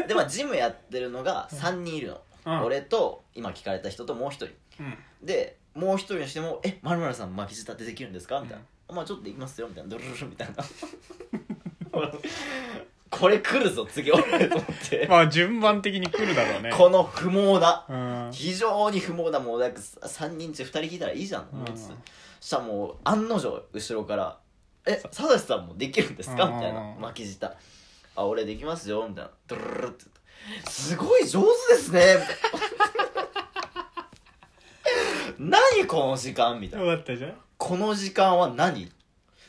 [SPEAKER 2] でまあジムやってるのが3人いるの、
[SPEAKER 1] うん
[SPEAKER 2] 俺と今聞かれた人ともう一人
[SPEAKER 1] うん
[SPEAKER 2] でもう一人にしても「えまるまるさん巻き舌ってできるんですか?」みたいな「まあちょっとできますよ」みたいな「ドロロロロ」みたいなこれ来るぞ次俺と思って
[SPEAKER 1] まあ順番的に来るだろうね
[SPEAKER 2] この不毛な
[SPEAKER 1] うん
[SPEAKER 2] 非常に不毛なもうなんか3人中2人聞いたらいいじゃん、
[SPEAKER 1] うん
[SPEAKER 2] そしたらもう案の定後ろから「え佐々木さんもできるんですか?」
[SPEAKER 1] うん
[SPEAKER 2] みたいな
[SPEAKER 1] うん
[SPEAKER 2] 巻き舌「あ俺できますよ」みたいな「ドルルル」って言ったすごい上手ですね」 (laughs) みたいな「何この時間」みたいな
[SPEAKER 1] よかったじゃん
[SPEAKER 2] 「この時間は何?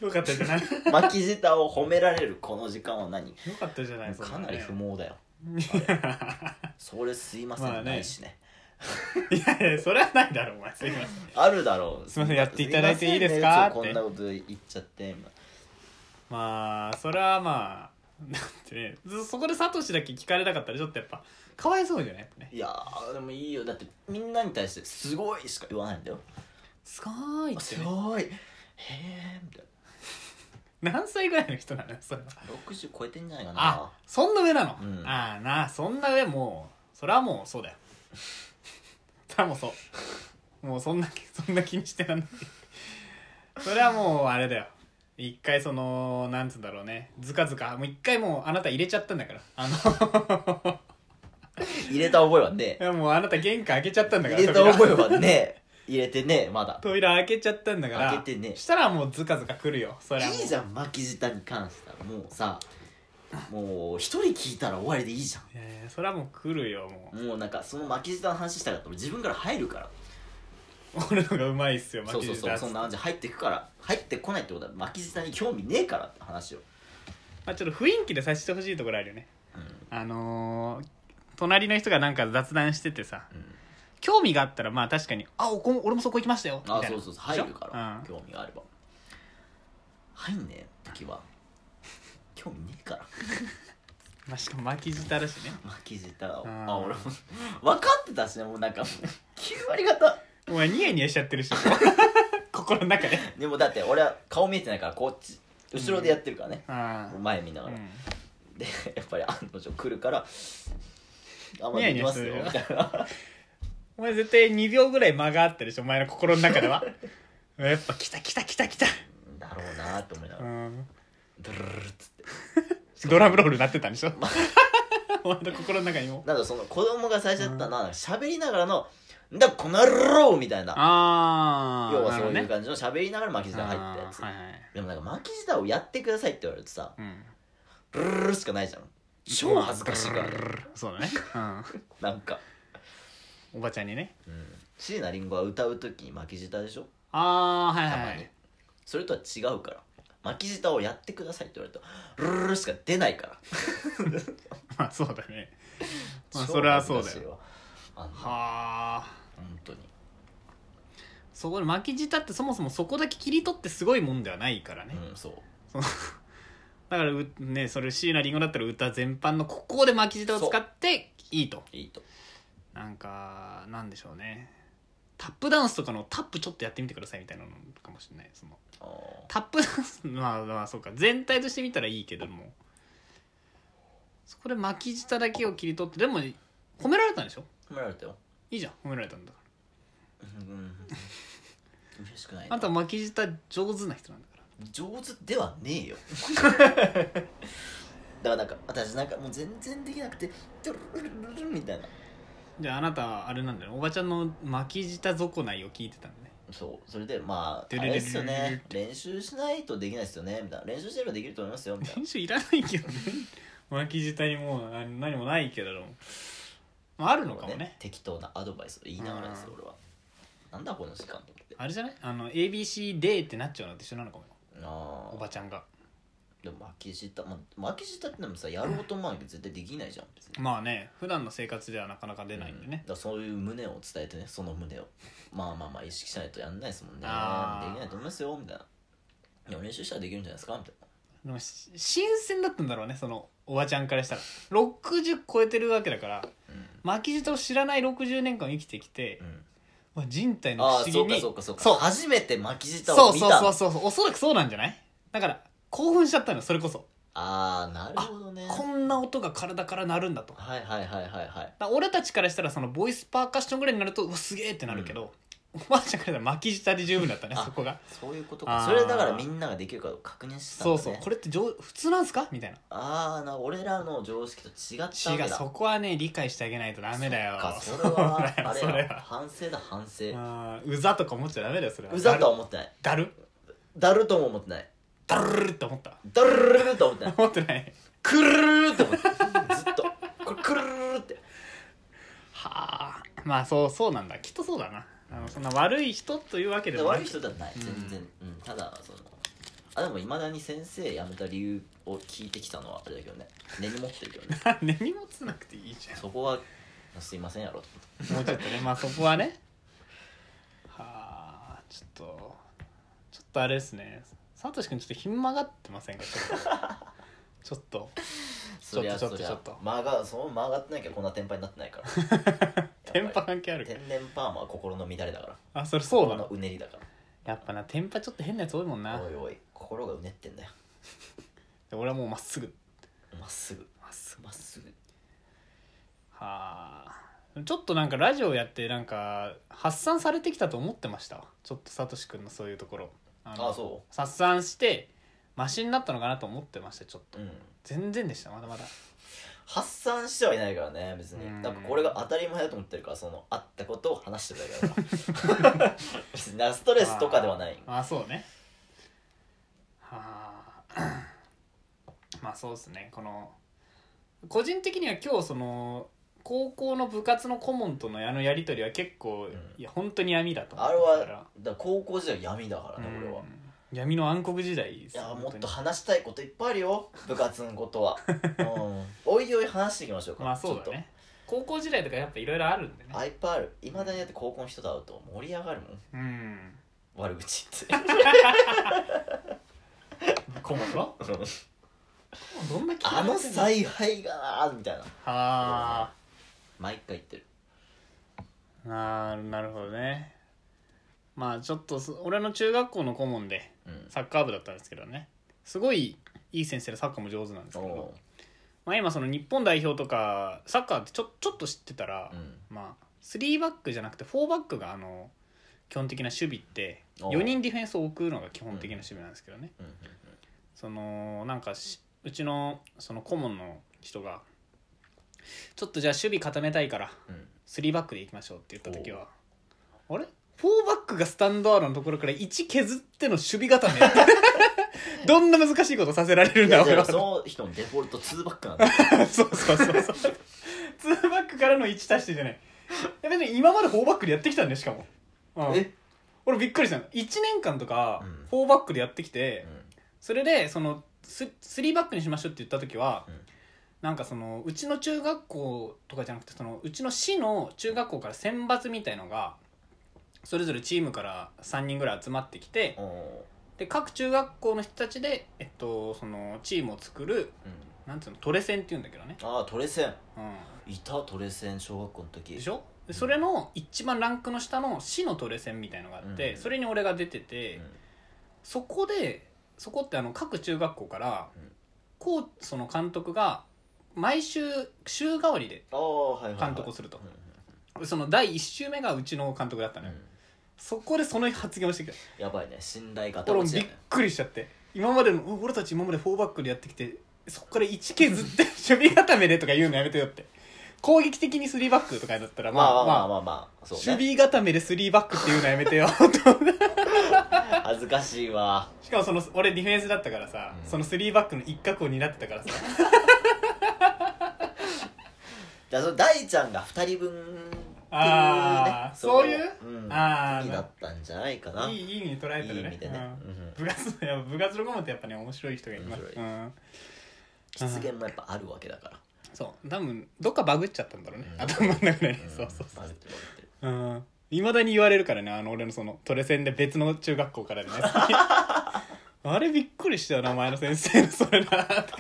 [SPEAKER 1] よかったじゃないよ」
[SPEAKER 2] 巻き舌を褒められるこの時間は
[SPEAKER 1] (laughs)
[SPEAKER 2] 何
[SPEAKER 1] かったじゃない
[SPEAKER 2] かなり不毛だよ
[SPEAKER 1] 毛
[SPEAKER 2] それすいません、
[SPEAKER 1] まあね
[SPEAKER 2] ないしね
[SPEAKER 1] いやいやそれはないだろお前すいません
[SPEAKER 2] あるだろう
[SPEAKER 1] すいませんやっていただいていいですか
[SPEAKER 2] すいません
[SPEAKER 1] って
[SPEAKER 2] ねこんなこと言っちゃって今
[SPEAKER 1] まあそれはまあなんてねずそこでサトシだけ聞かれなかったらちょっとやっぱかわいそうじゃないやっぱね
[SPEAKER 2] いやーでもいいよだってみんなに対して「すごい」しか言わないんだよ
[SPEAKER 1] すごーい
[SPEAKER 2] 「
[SPEAKER 1] っ
[SPEAKER 2] あ
[SPEAKER 1] て
[SPEAKER 2] す
[SPEAKER 1] ね、
[SPEAKER 2] ごい」へえみたい
[SPEAKER 1] 何歳ぐらいの人なのよそれは
[SPEAKER 2] な60超えてんじゃないか
[SPEAKER 1] あ
[SPEAKER 2] な
[SPEAKER 1] そんな上なの、
[SPEAKER 2] うん
[SPEAKER 1] ああなあそんな上もうそれはもうそうだよ (laughs) それはもうそうもうそんなそんな気にしてらんないそれはもうあれだよ一回そのなんつうんだろうねずかずかもう一回もうあなた入れちゃったんだからあの (laughs)
[SPEAKER 2] 入れた覚えはね
[SPEAKER 1] いやもうあなた玄関開けちゃったんだ
[SPEAKER 2] 入
[SPEAKER 1] から
[SPEAKER 2] れた覚え
[SPEAKER 1] 扉
[SPEAKER 2] はね入れてねまだ
[SPEAKER 1] 扉開けちゃったんだから
[SPEAKER 2] 開けてね
[SPEAKER 1] したらもうずかずか来るよそりゃもう
[SPEAKER 2] いいじゃん巻き舌に関してはもうさもう一人聞いたら終わりでいいじゃん
[SPEAKER 1] いやいやそりゃもう来るよも
[SPEAKER 2] もうなんかその巻き舌の話したかったら自分から入るから
[SPEAKER 1] う俺のがうまいっすよ
[SPEAKER 2] そうそう
[SPEAKER 1] 舌
[SPEAKER 2] そうそんな感じで入ってくから入ってこないってことは巻き舌に興味ねえからって話を
[SPEAKER 1] まあ、ちょっと雰囲気で察してほしいところあるよね
[SPEAKER 2] うん
[SPEAKER 1] あのー隣の人がなんか雑談しててさ
[SPEAKER 2] うん
[SPEAKER 1] 興味があったらまあ確かに「あおこ俺もそこ行きましたよ」みたい
[SPEAKER 2] あ
[SPEAKER 1] な
[SPEAKER 2] そうそうそう入るか
[SPEAKER 1] う
[SPEAKER 2] ら
[SPEAKER 1] ん
[SPEAKER 2] 興味があれば入んねえ時は興味ねえから
[SPEAKER 1] まあ、しかも巻き舌だしね
[SPEAKER 2] 巻き舌を
[SPEAKER 1] うん
[SPEAKER 2] あ俺も分かってたしねもうなんかもう9割方
[SPEAKER 1] お前ニヤニヤしちゃってるし (laughs) 心の中で
[SPEAKER 2] でもだって俺は顔見えてないからこっち後ろでやってるからね、
[SPEAKER 1] ああ
[SPEAKER 2] 前見なが
[SPEAKER 1] う
[SPEAKER 2] ら、
[SPEAKER 1] ん
[SPEAKER 2] でやっぱり案の定来るからあま
[SPEAKER 1] ニヤ
[SPEAKER 2] あで
[SPEAKER 1] ニ
[SPEAKER 2] き
[SPEAKER 1] ヤ
[SPEAKER 2] ますす
[SPEAKER 1] る
[SPEAKER 2] よ
[SPEAKER 1] よ
[SPEAKER 2] みたいな
[SPEAKER 1] お前絶対2秒ぐらい間があったでしょお前の心の中
[SPEAKER 2] (laughs)
[SPEAKER 1] ではやっぱ来た来た来た来た、
[SPEAKER 2] だろうなと思いなが
[SPEAKER 1] う
[SPEAKER 2] ら
[SPEAKER 1] ん、
[SPEAKER 2] ドゥルルルルっつって
[SPEAKER 1] ドラムロールなってたんでしょ (laughs) お前の心の中にも
[SPEAKER 2] なんかその子供が最初やったな喋りながらの「んだこの野郎!」みたいな
[SPEAKER 1] ああ
[SPEAKER 2] 要はそう
[SPEAKER 1] な
[SPEAKER 2] いう
[SPEAKER 1] るほ
[SPEAKER 2] 感じの喋りながら巻き
[SPEAKER 1] ど
[SPEAKER 2] 舌
[SPEAKER 1] ね
[SPEAKER 2] 入ったやつ、
[SPEAKER 1] あーはいはい
[SPEAKER 2] でもなんか巻き舌をやってくださいって言われてさ
[SPEAKER 1] うん
[SPEAKER 2] ルルルルしかないじゃん超恥ずかしいから、ね、
[SPEAKER 1] そうだね、
[SPEAKER 2] なんか、
[SPEAKER 1] (laughs) うん、おばちゃんにね
[SPEAKER 2] うん、椎名林檎は歌う時に巻き舌でしょ
[SPEAKER 1] ああはい
[SPEAKER 2] た
[SPEAKER 1] はい、
[SPEAKER 2] ま
[SPEAKER 1] は
[SPEAKER 2] に
[SPEAKER 1] い、
[SPEAKER 2] それとは違うから巻き舌をやってくださいって言われるとルルルルしか出ないから
[SPEAKER 1] まあそうだねまあそれはそうだよ
[SPEAKER 2] 超恥ずかしいわあんな
[SPEAKER 1] はあ
[SPEAKER 2] 本当に
[SPEAKER 1] そこで巻き舌ってそもそもそこだけ切り取ってすごいもんではないからね、
[SPEAKER 2] うんそう
[SPEAKER 1] そのだからうねそれ椎名林檎だったら歌全般のここで巻き舌を使っていいと
[SPEAKER 2] いいと
[SPEAKER 1] なんかなんでしょうねタップダンスとかのタップちょっとやってみてくださいみたいなのかもしれないその
[SPEAKER 2] あー
[SPEAKER 1] タップダンスまあまあそうか全体として見たらいいけどもそこで巻き舌だけを切り取ってでも褒められたんでしょ
[SPEAKER 2] 褒められたよ
[SPEAKER 1] いいじゃん褒められたんだか
[SPEAKER 2] うん嬉しくない
[SPEAKER 1] らあ
[SPEAKER 2] なん
[SPEAKER 1] た巻き舌上手な人なんだから
[SPEAKER 2] 上手ではね
[SPEAKER 1] (laughs)
[SPEAKER 2] えよだからなんか私なんかもう全然できなくてトゥルルルルルルみたいな
[SPEAKER 1] じゃああなたはあれなんだよおばちゃんの巻き舌底内を聞いてたんだね
[SPEAKER 2] そうそれでま
[SPEAKER 1] ト
[SPEAKER 2] あ
[SPEAKER 1] ゥ
[SPEAKER 2] あ
[SPEAKER 1] ルルルルルル
[SPEAKER 2] れですよね練習しないとできないですよねみたいな練習してればできると思いますよみたいな
[SPEAKER 1] 練習いらないけどね巻き舌にもう何何もないけれども、まあ、あるのかもね
[SPEAKER 2] 適当なアドバイスを言いながらですよ俺はなんだこの時間と思って
[SPEAKER 1] あれじゃないあの ABCD ってなっちゃうのと一緒なのかもよ
[SPEAKER 2] あ
[SPEAKER 1] おばちゃんが
[SPEAKER 2] でも巻き舌、まあ、巻き舌ってのもさやろうと思わなきゃ絶対できないじゃん別に
[SPEAKER 1] まあね普段の生活ではなかなか出ないんで
[SPEAKER 2] うんだ
[SPEAKER 1] ね、
[SPEAKER 2] からそういう胸を伝えてねその胸をまあまあまあ意識しないとやんないですもんねでき
[SPEAKER 1] あー
[SPEAKER 2] ないと思いますよみたいないや練習したらできるんじゃないですかみたい
[SPEAKER 1] でもし新鮮だったんだろうねそのおばちゃんからしたら60超えてるわけだから
[SPEAKER 2] な
[SPEAKER 1] 巻き舌を知らない60年間生きてきて
[SPEAKER 2] う、ん、うん、
[SPEAKER 1] まあ、人体の不
[SPEAKER 2] ああ
[SPEAKER 1] 思議
[SPEAKER 2] そうか
[SPEAKER 1] に
[SPEAKER 2] そうかそうか
[SPEAKER 1] そう
[SPEAKER 2] 初めて巻き舌
[SPEAKER 1] そ
[SPEAKER 2] を
[SPEAKER 1] う
[SPEAKER 2] 見
[SPEAKER 1] そう
[SPEAKER 2] た
[SPEAKER 1] そうそうそうおそらくそうなんじゃないだから興奮しちゃったのそれこそ
[SPEAKER 2] ああなるほどね
[SPEAKER 1] こんな音が体から鳴るんだとだか
[SPEAKER 2] はいはいはいはいはい
[SPEAKER 1] ら俺たちからしたらそのボイスパーカッションぐらいになるとうわすげえってなるけど、おばあちゃんからしたら巻き舌で十分だったね
[SPEAKER 2] あ
[SPEAKER 1] そこが
[SPEAKER 2] そういうこと
[SPEAKER 1] あー
[SPEAKER 2] かそれだからみんなができるかどうか確認したんだ、
[SPEAKER 1] そうそ
[SPEAKER 2] ね、
[SPEAKER 1] うこれって上普通なんすかみたいな
[SPEAKER 2] ああ俺らの常識と違ったわけだ
[SPEAKER 1] 違うそこはね理解してあげないとダメだよ
[SPEAKER 2] かそ
[SPEAKER 1] (laughs)
[SPEAKER 2] れは
[SPEAKER 1] そうだよ
[SPEAKER 2] あれ
[SPEAKER 1] それ
[SPEAKER 2] だ
[SPEAKER 1] は
[SPEAKER 2] 反省だ反省
[SPEAKER 1] あーうざとか思っちゃダメだよそれは
[SPEAKER 2] うざとは思ってない
[SPEAKER 1] だる
[SPEAKER 2] だるとも思ってない
[SPEAKER 1] だるだるるって思った (laughs)
[SPEAKER 2] だるるるると思ってない
[SPEAKER 1] 思ってない
[SPEAKER 2] くるるるるって思ってたずっとこれくるるるるって
[SPEAKER 1] はあまあそうそうなんだきっとそうだなあのそんな悪い人というわけで
[SPEAKER 2] で
[SPEAKER 1] もな
[SPEAKER 2] 悪い
[SPEAKER 1] く
[SPEAKER 2] 人ではない全然、うん、ただそのあでもいまだに先生辞めた理由を聞いてきたのはあれだけどね根に持ってるけどね
[SPEAKER 1] (laughs)
[SPEAKER 2] (laughs)
[SPEAKER 1] 根に持つなくていいじゃん
[SPEAKER 2] そこはすいませんやろと思って
[SPEAKER 1] もうちょっとねまあそこはねはあちょっとちょっとあれですねサトシ君ちょっとひん曲がってませんか
[SPEAKER 2] (laughs)
[SPEAKER 1] ちょっとちょっ
[SPEAKER 2] そりゃ
[SPEAKER 1] ちょっ
[SPEAKER 2] そ
[SPEAKER 1] と
[SPEAKER 2] り
[SPEAKER 1] ちょ
[SPEAKER 2] ゃ
[SPEAKER 1] っと
[SPEAKER 2] 曲がその曲がってなきゃこんなテンパになってないから
[SPEAKER 1] (laughs) とテンパ関係あ
[SPEAKER 2] やっぱり
[SPEAKER 1] る
[SPEAKER 2] 天然パーマは心の乱れだから
[SPEAKER 1] あそれそうな
[SPEAKER 2] 心の
[SPEAKER 1] の
[SPEAKER 2] うねりだか
[SPEAKER 1] やっぱなテンパちょっと変なやつ多いもん
[SPEAKER 2] ら
[SPEAKER 1] な
[SPEAKER 2] おいおい心がうねってんだよ
[SPEAKER 1] で俺はもうまっすぐ
[SPEAKER 2] まっすぐ
[SPEAKER 1] まっすぐ
[SPEAKER 2] まっすぐ
[SPEAKER 1] はあちょっとなんかラジオやってなんか発散されてきたと思ってましたわちょっとサトシ君のそういうところあの
[SPEAKER 2] あそ
[SPEAKER 1] 発散してマシになったのかなと思ってましたちょっと
[SPEAKER 2] ううん
[SPEAKER 1] 全然でしたまだまだ
[SPEAKER 2] 発散してはいないからね別に
[SPEAKER 1] うん
[SPEAKER 2] なんかこれが当たり前だと思ってるからそのあったことを話してるだけだから
[SPEAKER 1] (laughs)
[SPEAKER 2] 別になストレスとかではない
[SPEAKER 1] ああそうねはあ (coughs) まあそうですねこの個人的には今日その高校の部活の顧問とのあのやり取りは結構、
[SPEAKER 2] ん
[SPEAKER 1] いや本当に闇だと思
[SPEAKER 2] あ
[SPEAKER 1] っ
[SPEAKER 2] れ
[SPEAKER 1] て
[SPEAKER 2] は
[SPEAKER 1] ますから
[SPEAKER 2] だから高校時代闇だからね俺は
[SPEAKER 1] うん闇の暗黒時代で
[SPEAKER 2] い
[SPEAKER 1] すよ
[SPEAKER 2] やも
[SPEAKER 1] 本
[SPEAKER 2] っ
[SPEAKER 1] 当に
[SPEAKER 2] と話したいこといっぱいあるよ部活のこ
[SPEAKER 1] (laughs)
[SPEAKER 2] とはうんおいおい話していきましょうか
[SPEAKER 1] まあそうだね高校時代とかやっぱいろいろあるんで
[SPEAKER 2] ちょ
[SPEAKER 1] ね
[SPEAKER 2] っとあいっぱいあるいまだにだって高校の人と会うと盛り上がる
[SPEAKER 1] (laughs)
[SPEAKER 2] もん
[SPEAKER 1] うん
[SPEAKER 2] 悪口って
[SPEAKER 1] 顧問のどんな気
[SPEAKER 2] あの采配がなみたいな
[SPEAKER 1] あ
[SPEAKER 2] 毎回言ってる
[SPEAKER 1] ーあーなるほどねまあちょっとそ俺の中学校の顧問で
[SPEAKER 2] うん
[SPEAKER 1] サッカー部だったんですけどねすごいいい先生でサッカーも上手なんですけ
[SPEAKER 2] お
[SPEAKER 1] ど、まあ、今その日本代表とかサッカーってちょちょっと知ってたら
[SPEAKER 2] う、うん
[SPEAKER 1] まあ3バックじゃなくて4バックがあの基本的な守備って4人ディフェンスを置くのが基本的な守備なんですけどね
[SPEAKER 2] うんうん
[SPEAKER 1] そのなんかしうちのその顧問の人が「ちょっとじゃあ守備固めたいから
[SPEAKER 2] うんうん
[SPEAKER 1] 3バックでいきましょう」って言った時は「あれ ?4 バックがスタンドアローのところから1削っての守備固
[SPEAKER 2] (laughs)
[SPEAKER 1] め」どんな難しいことさせられるん
[SPEAKER 2] い
[SPEAKER 1] だ
[SPEAKER 2] や
[SPEAKER 1] 俺
[SPEAKER 2] で
[SPEAKER 1] は
[SPEAKER 2] も
[SPEAKER 1] そ
[SPEAKER 2] そうの人のデフォルト2バックなんだよ
[SPEAKER 1] (laughs) そうそうそう2バックからの1足してじゃないいや別に今まで4バックでやってきたんでしかも、うん
[SPEAKER 2] (laughs) え、
[SPEAKER 1] 俺びっくりしたの1年間とか
[SPEAKER 2] うん
[SPEAKER 1] 4バックでやってきて、
[SPEAKER 2] うん
[SPEAKER 1] それでそのス3バックにしましょうって言った時は、
[SPEAKER 2] うん
[SPEAKER 1] なんかそのうちの中学校とかじゃなくてそのうちの市の中学校から選抜みたいのがそれぞれチームから3人ぐらい集まってきて
[SPEAKER 2] お
[SPEAKER 1] で各中学校の人たちで、えっと、そのチームを作る
[SPEAKER 2] ーうん
[SPEAKER 1] なんつうのトレセンっていうんだけどね、
[SPEAKER 2] ああトレセン
[SPEAKER 1] う
[SPEAKER 2] いたトレセン小学校の時
[SPEAKER 1] ん、でしょでそれの一番ランクの下の市のトレセンみたいのがあって、
[SPEAKER 2] うん
[SPEAKER 1] それに俺が出てて、
[SPEAKER 2] うん
[SPEAKER 1] そこでそこってあの各中学校から、
[SPEAKER 2] うん
[SPEAKER 1] コーその監督が毎週週替わりで
[SPEAKER 2] ああはいはい、はい、
[SPEAKER 1] 監督をすると
[SPEAKER 2] うんうん
[SPEAKER 1] その第1週目がうちの監督だったの
[SPEAKER 2] う
[SPEAKER 1] よ、
[SPEAKER 2] ん
[SPEAKER 1] そこでその発言をしてき
[SPEAKER 2] やばいね信頼
[SPEAKER 1] た
[SPEAKER 2] 型
[SPEAKER 1] 俺
[SPEAKER 2] 落
[SPEAKER 1] も
[SPEAKER 2] ち
[SPEAKER 1] び
[SPEAKER 2] だ
[SPEAKER 1] っ
[SPEAKER 2] よね
[SPEAKER 1] くりしちゃって今までのお俺たち今まで4バックでやってきてそこから1削って
[SPEAKER 2] (laughs)
[SPEAKER 1] 守備固めでとか言うのやめてよって攻撃的に3バックとかだったらま
[SPEAKER 2] まあま
[SPEAKER 1] あま
[SPEAKER 2] あま
[SPEAKER 1] あ
[SPEAKER 2] あまあまあそう
[SPEAKER 1] 守
[SPEAKER 2] ね
[SPEAKER 1] 備固めで3バックっていうのやめ
[SPEAKER 2] (laughs)
[SPEAKER 1] てよ
[SPEAKER 2] 恥ずかしいわ
[SPEAKER 1] しかもその俺ディフェンスだったからさ、
[SPEAKER 2] うん
[SPEAKER 1] その3バックの一角を担ってたからさ
[SPEAKER 2] じゃあその大ちゃんが2人分っていうね
[SPEAKER 1] あーそういう
[SPEAKER 2] うん、
[SPEAKER 1] あー
[SPEAKER 2] 時だったんじゃないかない
[SPEAKER 1] い
[SPEAKER 2] い
[SPEAKER 1] いい意味に捉えて
[SPEAKER 2] い
[SPEAKER 1] るね
[SPEAKER 2] 意味で
[SPEAKER 1] う
[SPEAKER 2] ね、
[SPEAKER 1] ん
[SPEAKER 2] うん
[SPEAKER 1] 部活のやっぱ部活の顧問ってやっぱね面白い人がいます、
[SPEAKER 2] 面
[SPEAKER 1] う
[SPEAKER 2] 白い
[SPEAKER 1] ん、
[SPEAKER 2] 実現もやっぱあるわけだから、
[SPEAKER 1] そう多分どっかバグっちゃったんだろうね、
[SPEAKER 2] うん
[SPEAKER 1] 頭の中でね、
[SPEAKER 2] ん
[SPEAKER 1] (laughs) そうそう
[SPEAKER 2] あるって思ってる
[SPEAKER 1] そういま、未だに言われるからねあの俺のそのトレセンで別の中学校から
[SPEAKER 2] (laughs)
[SPEAKER 1] でねあれびっくりしたよな前の先生のそれなって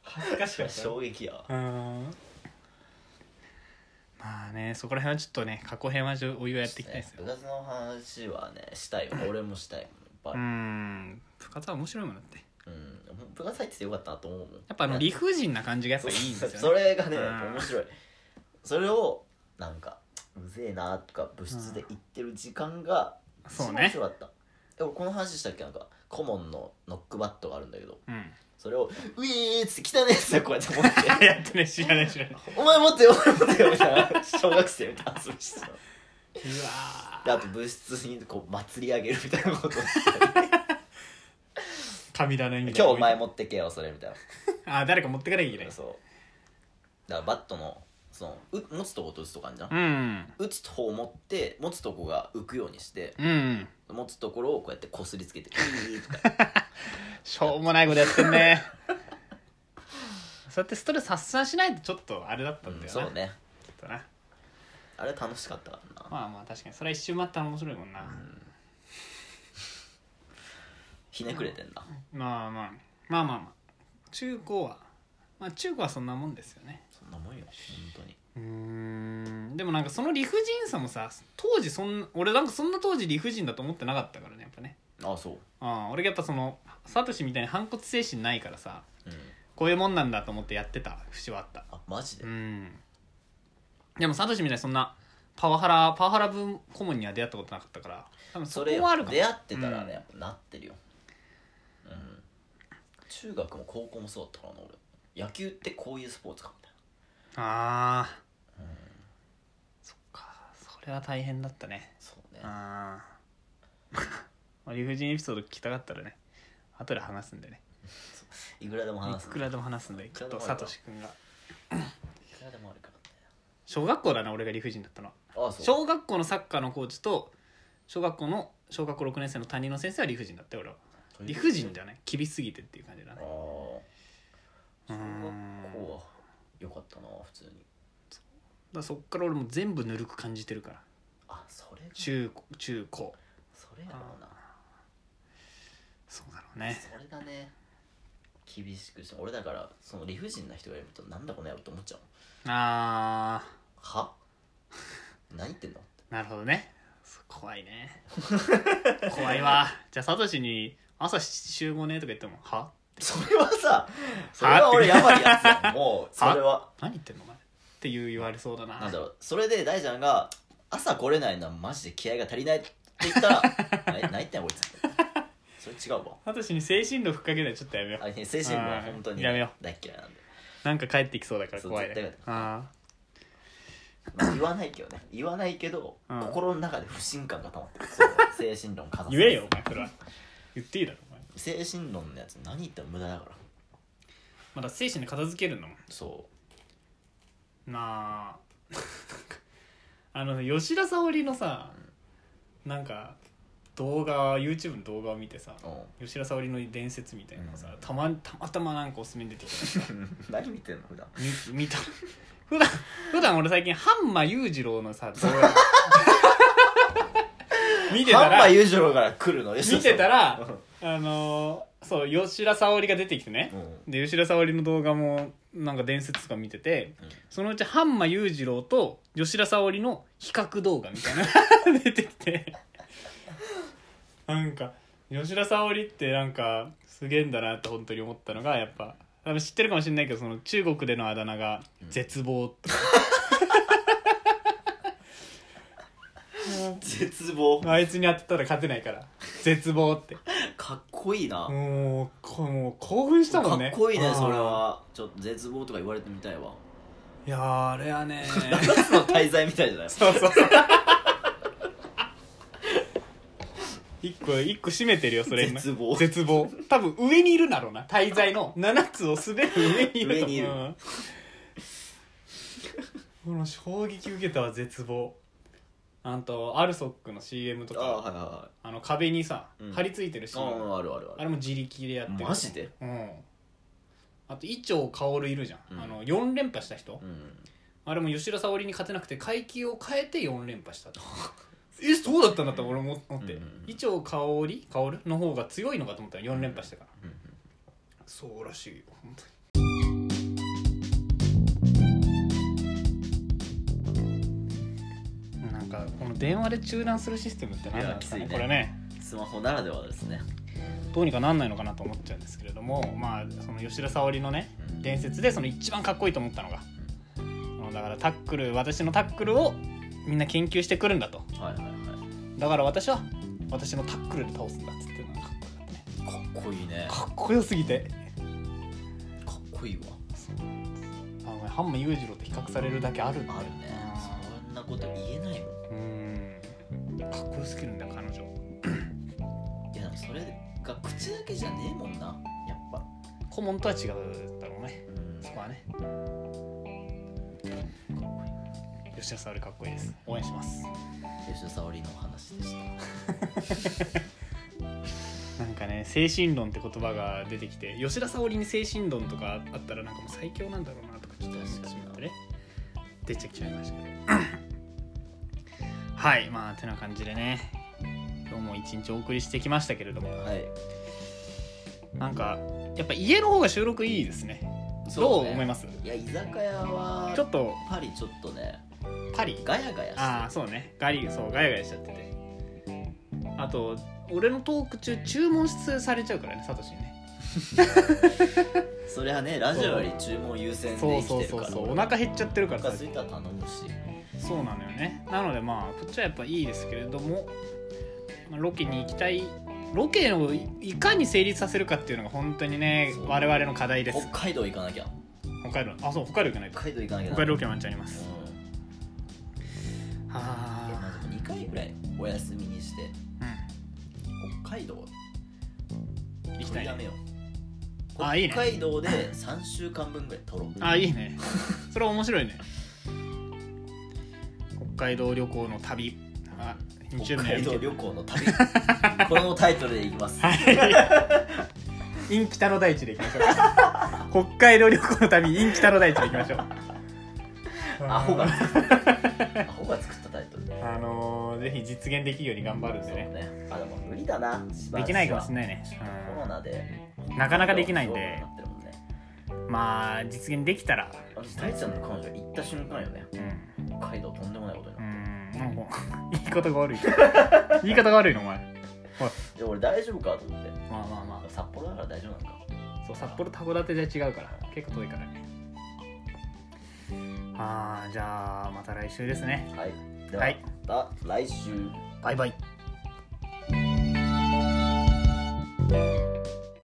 [SPEAKER 1] 恥ずかしかった
[SPEAKER 2] 衝撃やわ
[SPEAKER 1] うんまあねそこら辺はちょっとね過去編はちょお湯をやっていきたいですよ
[SPEAKER 2] 部活の話はねしたいよ俺もしたいもんいっぱいあ
[SPEAKER 1] う
[SPEAKER 2] る
[SPEAKER 1] ん部活は面白いもんだって
[SPEAKER 2] うん、部活入っててよかったなと思うもん
[SPEAKER 1] やっぱあの理不尽な感じがやっぱ
[SPEAKER 2] そう
[SPEAKER 1] いいんですよね
[SPEAKER 2] (laughs) それがね
[SPEAKER 1] うん
[SPEAKER 2] 面白いそれをなんかうぜえなとか部室で言ってる時間が
[SPEAKER 1] そう
[SPEAKER 2] 面
[SPEAKER 1] ね
[SPEAKER 2] 白かったえ俺この話したっけなんか顧問のノックバットがあるんだけど
[SPEAKER 1] うん (laughs)
[SPEAKER 2] それを「ウィー!」っつって汚ねえやつだよこうやって持っ
[SPEAKER 1] (laughs)
[SPEAKER 2] て
[SPEAKER 1] あやってね知らない知らない
[SPEAKER 2] 「お前持ってよお前持ってよ」みたいな小学生みたいな遊びしてたの
[SPEAKER 1] うわ
[SPEAKER 2] であと部室にこう祭り上げるみたいなことをして
[SPEAKER 1] 神棚に
[SPEAKER 2] 今日お前持ってけよそれみたいな
[SPEAKER 1] あ誰か持ってかなきゃいけない
[SPEAKER 2] そうだからバットのそのう持つとこと打つとこあるじゃん、
[SPEAKER 1] うん
[SPEAKER 2] 打つ方を持って持つとこが浮くようにして
[SPEAKER 1] うん
[SPEAKER 2] 持つところをこうやってこすりつけて「いい」とか
[SPEAKER 1] しょうもないことやってんね (laughs) そうやってストレス発散しないとちょっとあれだったんだよな、
[SPEAKER 2] そうね
[SPEAKER 1] ちょっとな
[SPEAKER 2] あれ楽しかったからな
[SPEAKER 1] まあまあ確かにそれは一周回ったら面白いもんな、
[SPEAKER 2] ひねくれてんな
[SPEAKER 1] まあまあまあまあまあ中高はまあ中高はそんなもんですよね
[SPEAKER 2] そんなもんよ本当に
[SPEAKER 1] うーんでもなんかその理不尽さもさ当時そんな俺なんかそんな当時理不尽だと思ってなかったからねやっぱね
[SPEAKER 2] あそう
[SPEAKER 1] ああ俺がやっぱそのサトシみたいに反骨精神ないからさ
[SPEAKER 2] うん
[SPEAKER 1] こういうもんなんだと思ってやってた節はあった
[SPEAKER 2] あマジで、
[SPEAKER 1] うんでもサトシみたいにそんなパワハラパワハラ分顧問には出会ったことなかったから多分そ
[SPEAKER 2] そ
[SPEAKER 1] こ
[SPEAKER 2] れ
[SPEAKER 1] もあるかも
[SPEAKER 2] 出会ってたら
[SPEAKER 1] う
[SPEAKER 2] ね
[SPEAKER 1] ん
[SPEAKER 2] やっぱなってるようん中学も高校もそうだったからな俺野球ってこういうスポーツかみたい
[SPEAKER 1] ああ
[SPEAKER 2] な、うん、
[SPEAKER 1] そっかそれは大変だったね
[SPEAKER 2] そうね
[SPEAKER 1] あ (laughs) あ理不尽エピソード聞きたかったらね後で話すんでね
[SPEAKER 2] いくらでも話す
[SPEAKER 1] いくらでも話すんできっとサトシ君が
[SPEAKER 2] いくらでもあるからね
[SPEAKER 1] 小学校だな俺が理不尽だったのは
[SPEAKER 2] あそう
[SPEAKER 1] 小学校のサッカーのコーチと小学校の小学校6年生の担任の先生は理不尽だって俺は理不尽だよね厳しすぎてっていう感じだ
[SPEAKER 2] あ
[SPEAKER 1] ね
[SPEAKER 2] あ小
[SPEAKER 1] うー
[SPEAKER 2] 学
[SPEAKER 1] ん
[SPEAKER 2] 校はよかったな普通に
[SPEAKER 1] だからそっから俺も全部ぬるく感じてるから
[SPEAKER 2] あそれが
[SPEAKER 1] 中高中高
[SPEAKER 2] それやろうな
[SPEAKER 1] そうだろうね
[SPEAKER 2] それがね厳しくして俺だからその理不尽な人がいるとなんだこの野郎って思っちゃうもん
[SPEAKER 1] あ
[SPEAKER 2] は何言ってんのって
[SPEAKER 1] ーなるほどね怖いね
[SPEAKER 2] (laughs)
[SPEAKER 1] 怖いわじゃあサトシに「朝集合ね」とか言っても「は
[SPEAKER 2] それはさそれは俺やばいやつやんもうそれは
[SPEAKER 1] 何言ってんのお前」っていう言われそうだな
[SPEAKER 2] なんだろうそれで大ちゃんが朝来れないのはマジで気合が足りないって言った
[SPEAKER 1] (laughs)
[SPEAKER 2] らな何言ってんのこいつってそれ違うわ
[SPEAKER 1] サトシに精神力ふっかけないちょっとやめよう
[SPEAKER 2] あれね精神論は本当にね
[SPEAKER 1] やめよ
[SPEAKER 2] 大っ嫌いなんで
[SPEAKER 1] なんか帰ってきそうだから
[SPEAKER 2] そう
[SPEAKER 1] 怖い
[SPEAKER 2] 絶対
[SPEAKER 1] ね
[SPEAKER 2] だ
[SPEAKER 1] あ
[SPEAKER 2] まあ言わないけどね言わないけど、
[SPEAKER 1] うん
[SPEAKER 2] 心の中で不信感が溜まってるそう精神論かざ
[SPEAKER 1] あ
[SPEAKER 2] す
[SPEAKER 1] 言えよお前それは言っていいだろお前
[SPEAKER 2] 精神論のやつ何言っても無駄だから
[SPEAKER 1] まだ精神で片付けるんだもん
[SPEAKER 2] そ
[SPEAKER 1] (laughs) なああの吉田沙保里のさなんか動画 YouTube の動画を見てさ
[SPEAKER 2] お
[SPEAKER 1] 吉田沙保里の伝説みたいなのさ、
[SPEAKER 2] うん
[SPEAKER 1] たまたまたまなんかおすすめに出てきた (laughs)
[SPEAKER 2] 何見てんの普段
[SPEAKER 1] み (laughs) 見た普段普段俺最近半間裕次郎のさ動
[SPEAKER 2] (laughs)
[SPEAKER 1] 画見てた
[SPEAKER 2] 半
[SPEAKER 1] ら
[SPEAKER 2] 馬裕次郎から来るの見
[SPEAKER 1] 見てたらあのーそう吉田沙保里が出てきてねで吉田沙保里の動画もなんか伝説とか見ててそのうち半間裕次郎と吉田沙保里の比較動画みたい
[SPEAKER 2] (laughs)
[SPEAKER 1] な出てきてなんか吉田沙保里ってなんかすげえんだなって本当に思ったのがやっぱ多分知ってるかもしれないけどその中国でのあだ名が「絶望」とか
[SPEAKER 2] 絶望
[SPEAKER 1] あいつに当てたら勝てない
[SPEAKER 2] (laughs)
[SPEAKER 1] から「絶望」って
[SPEAKER 2] かっこいいな
[SPEAKER 1] もうこもう興奮した
[SPEAKER 2] か
[SPEAKER 1] も
[SPEAKER 2] っ
[SPEAKER 1] んね
[SPEAKER 2] こいいね
[SPEAKER 1] あー
[SPEAKER 2] それはちょっと絶望とか言われてみたいわ (laughs)
[SPEAKER 1] いやーあれはね
[SPEAKER 2] 夏の滞在みたいじゃない
[SPEAKER 1] そうそうそう一個一個締めてるよそれ今
[SPEAKER 2] 絶望
[SPEAKER 1] 絶望多分上にいるんだろうな滞在の7つを滑る上にいると
[SPEAKER 2] 上にいる
[SPEAKER 1] うんこの衝撃受けたわ絶望あんとアルソックの CM と
[SPEAKER 2] ああは
[SPEAKER 1] か
[SPEAKER 2] いは
[SPEAKER 1] あの壁にさ、
[SPEAKER 2] うん
[SPEAKER 1] 貼り付いてる
[SPEAKER 2] い
[SPEAKER 1] CM
[SPEAKER 2] はいああるあるあ
[SPEAKER 1] あれも自力でやって
[SPEAKER 2] る
[SPEAKER 1] る
[SPEAKER 2] マジで
[SPEAKER 1] うんあと伊調薫いるじゃん、
[SPEAKER 2] うん
[SPEAKER 1] あの4連覇した人、
[SPEAKER 2] うん
[SPEAKER 1] あれも吉田沙保里に勝てなくて階級を変えて4連覇したと (laughs) えそうだったんだったら俺も思って
[SPEAKER 2] うんうんうん
[SPEAKER 1] 伊調薫薫の方が強いのかと思ったら4連覇したから、
[SPEAKER 2] うん
[SPEAKER 1] そうらしいよ本当になんかこの電話で中断するシステムって何なんですかね
[SPEAKER 2] いやきついね
[SPEAKER 1] これね
[SPEAKER 2] スマホならではですね
[SPEAKER 1] どうにかなんないのかなと思っちゃうんですけれどもまあその吉田沙保里のね
[SPEAKER 2] うん
[SPEAKER 1] 伝説でその一番かっこいいと思ったのが、そのだからタックル私のタックルをみんな研究してくるんだと
[SPEAKER 2] はいはいはい
[SPEAKER 1] だから私は私のタックルで倒すんだっつってなんか
[SPEAKER 2] かっこいいね
[SPEAKER 1] かっこよすぎて
[SPEAKER 2] かっこいいわ
[SPEAKER 1] あのハンマ裕次郎って比較されるだけあるんだよ
[SPEAKER 2] あるねそんなこと言えないもん
[SPEAKER 1] うーんかっこよすぎるんだよ彼女
[SPEAKER 2] いやでもそれが口だけじゃねえもんなやっぱ
[SPEAKER 1] 顧問とは違うだろうね
[SPEAKER 2] うん
[SPEAKER 1] そこはね吉田沙保里かっこいいです応援します
[SPEAKER 2] 吉田沙保里のお話でした
[SPEAKER 1] なんかね精神論って言葉が出てきて吉田沙保里に精神論とかあったらなんかもう最強なんだろうなとかちょっと思ってしまってね出てきちゃいましたけど (coughs) はいまあてな感じでね今日も一日お送りしてきましたけれども
[SPEAKER 2] はい
[SPEAKER 1] なんかやっぱ家の方が収録いいですねどう思います
[SPEAKER 2] いや居酒屋は
[SPEAKER 1] ちょっと
[SPEAKER 2] パリちょっとね
[SPEAKER 1] パリ
[SPEAKER 2] ガヤガヤ
[SPEAKER 1] ああ
[SPEAKER 2] し
[SPEAKER 1] そうねガリそうガヤガヤしちゃっててあと俺のトーク中注文されちゃうからねサトシにね
[SPEAKER 2] てるそれはねラジオより注文優先
[SPEAKER 1] そ
[SPEAKER 2] で
[SPEAKER 1] う
[SPEAKER 2] 生き
[SPEAKER 1] そう
[SPEAKER 2] てる
[SPEAKER 1] そ
[SPEAKER 2] か
[SPEAKER 1] う
[SPEAKER 2] ら
[SPEAKER 1] そうお腹減っちゃってるか
[SPEAKER 2] お
[SPEAKER 1] ら
[SPEAKER 2] 腹すいたら頼むし
[SPEAKER 1] そうなのよねなのでまあこっちはやっぱいいですけれども、まあロケに行きたいロケをいいかに成立させるかっていうのが本当にね
[SPEAKER 2] そう
[SPEAKER 1] 我々の課題です
[SPEAKER 2] 北海道行かなきゃ
[SPEAKER 1] 北海道あそう北海道行かないと
[SPEAKER 2] 北海道行かなきゃ
[SPEAKER 1] 北海道ロ
[SPEAKER 2] うん
[SPEAKER 1] ケワンチャンあります
[SPEAKER 2] いや
[SPEAKER 1] は
[SPEAKER 2] まあでも2回ぐらいお休みにして
[SPEAKER 1] あ、
[SPEAKER 2] 北海道
[SPEAKER 1] うん、行き
[SPEAKER 2] 取
[SPEAKER 1] た
[SPEAKER 2] り
[SPEAKER 1] い
[SPEAKER 2] やめ
[SPEAKER 1] ね
[SPEAKER 2] よう
[SPEAKER 1] あいいね
[SPEAKER 2] 北海道で3週間分ぐらい取ろう
[SPEAKER 1] あいいね (laughs) それ面白いね北海道旅行の旅あ日
[SPEAKER 2] 北
[SPEAKER 1] 曜日の
[SPEAKER 2] 海
[SPEAKER 1] 夜
[SPEAKER 2] 道
[SPEAKER 1] 景
[SPEAKER 2] 旅行の旅このタイトルでいきます
[SPEAKER 1] (laughs) はい。in 北の大地で行きましょう。北 (laughs) 海道旅行の旅、in 北の大地で行きましょう。 (laughs)
[SPEAKER 2] アホが作ったアホが作ったタイトル
[SPEAKER 1] あのーぜひ実現できるように頑張るん
[SPEAKER 2] そ
[SPEAKER 1] で
[SPEAKER 2] う
[SPEAKER 1] ね。
[SPEAKER 2] ねあでも無理だな
[SPEAKER 1] できないかもしれ
[SPEAKER 2] ない
[SPEAKER 1] ないね。
[SPEAKER 2] コロナで
[SPEAKER 1] うんなかなかできないん
[SPEAKER 2] そう
[SPEAKER 1] で
[SPEAKER 2] な、ってるもんね
[SPEAKER 1] まあ、実現できたら、
[SPEAKER 2] あの大ちゃんの彼女行った瞬間よね
[SPEAKER 1] うん、
[SPEAKER 2] 北海道とんでもないことに
[SPEAKER 1] う
[SPEAKER 2] なる
[SPEAKER 1] ん、なんか、 (laughs) 言い方が悪い。言い方が悪いの、お前。
[SPEAKER 2] で俺大丈夫かと思って
[SPEAKER 1] まあまあま
[SPEAKER 2] 札幌だから大丈夫なのか
[SPEAKER 1] あ、そう、札幌函館じゃ違うから、結構遠いからね。ああ、じゃあ、また来週ですね。
[SPEAKER 2] はいで
[SPEAKER 1] はい
[SPEAKER 2] はまた来週
[SPEAKER 1] バイバイ。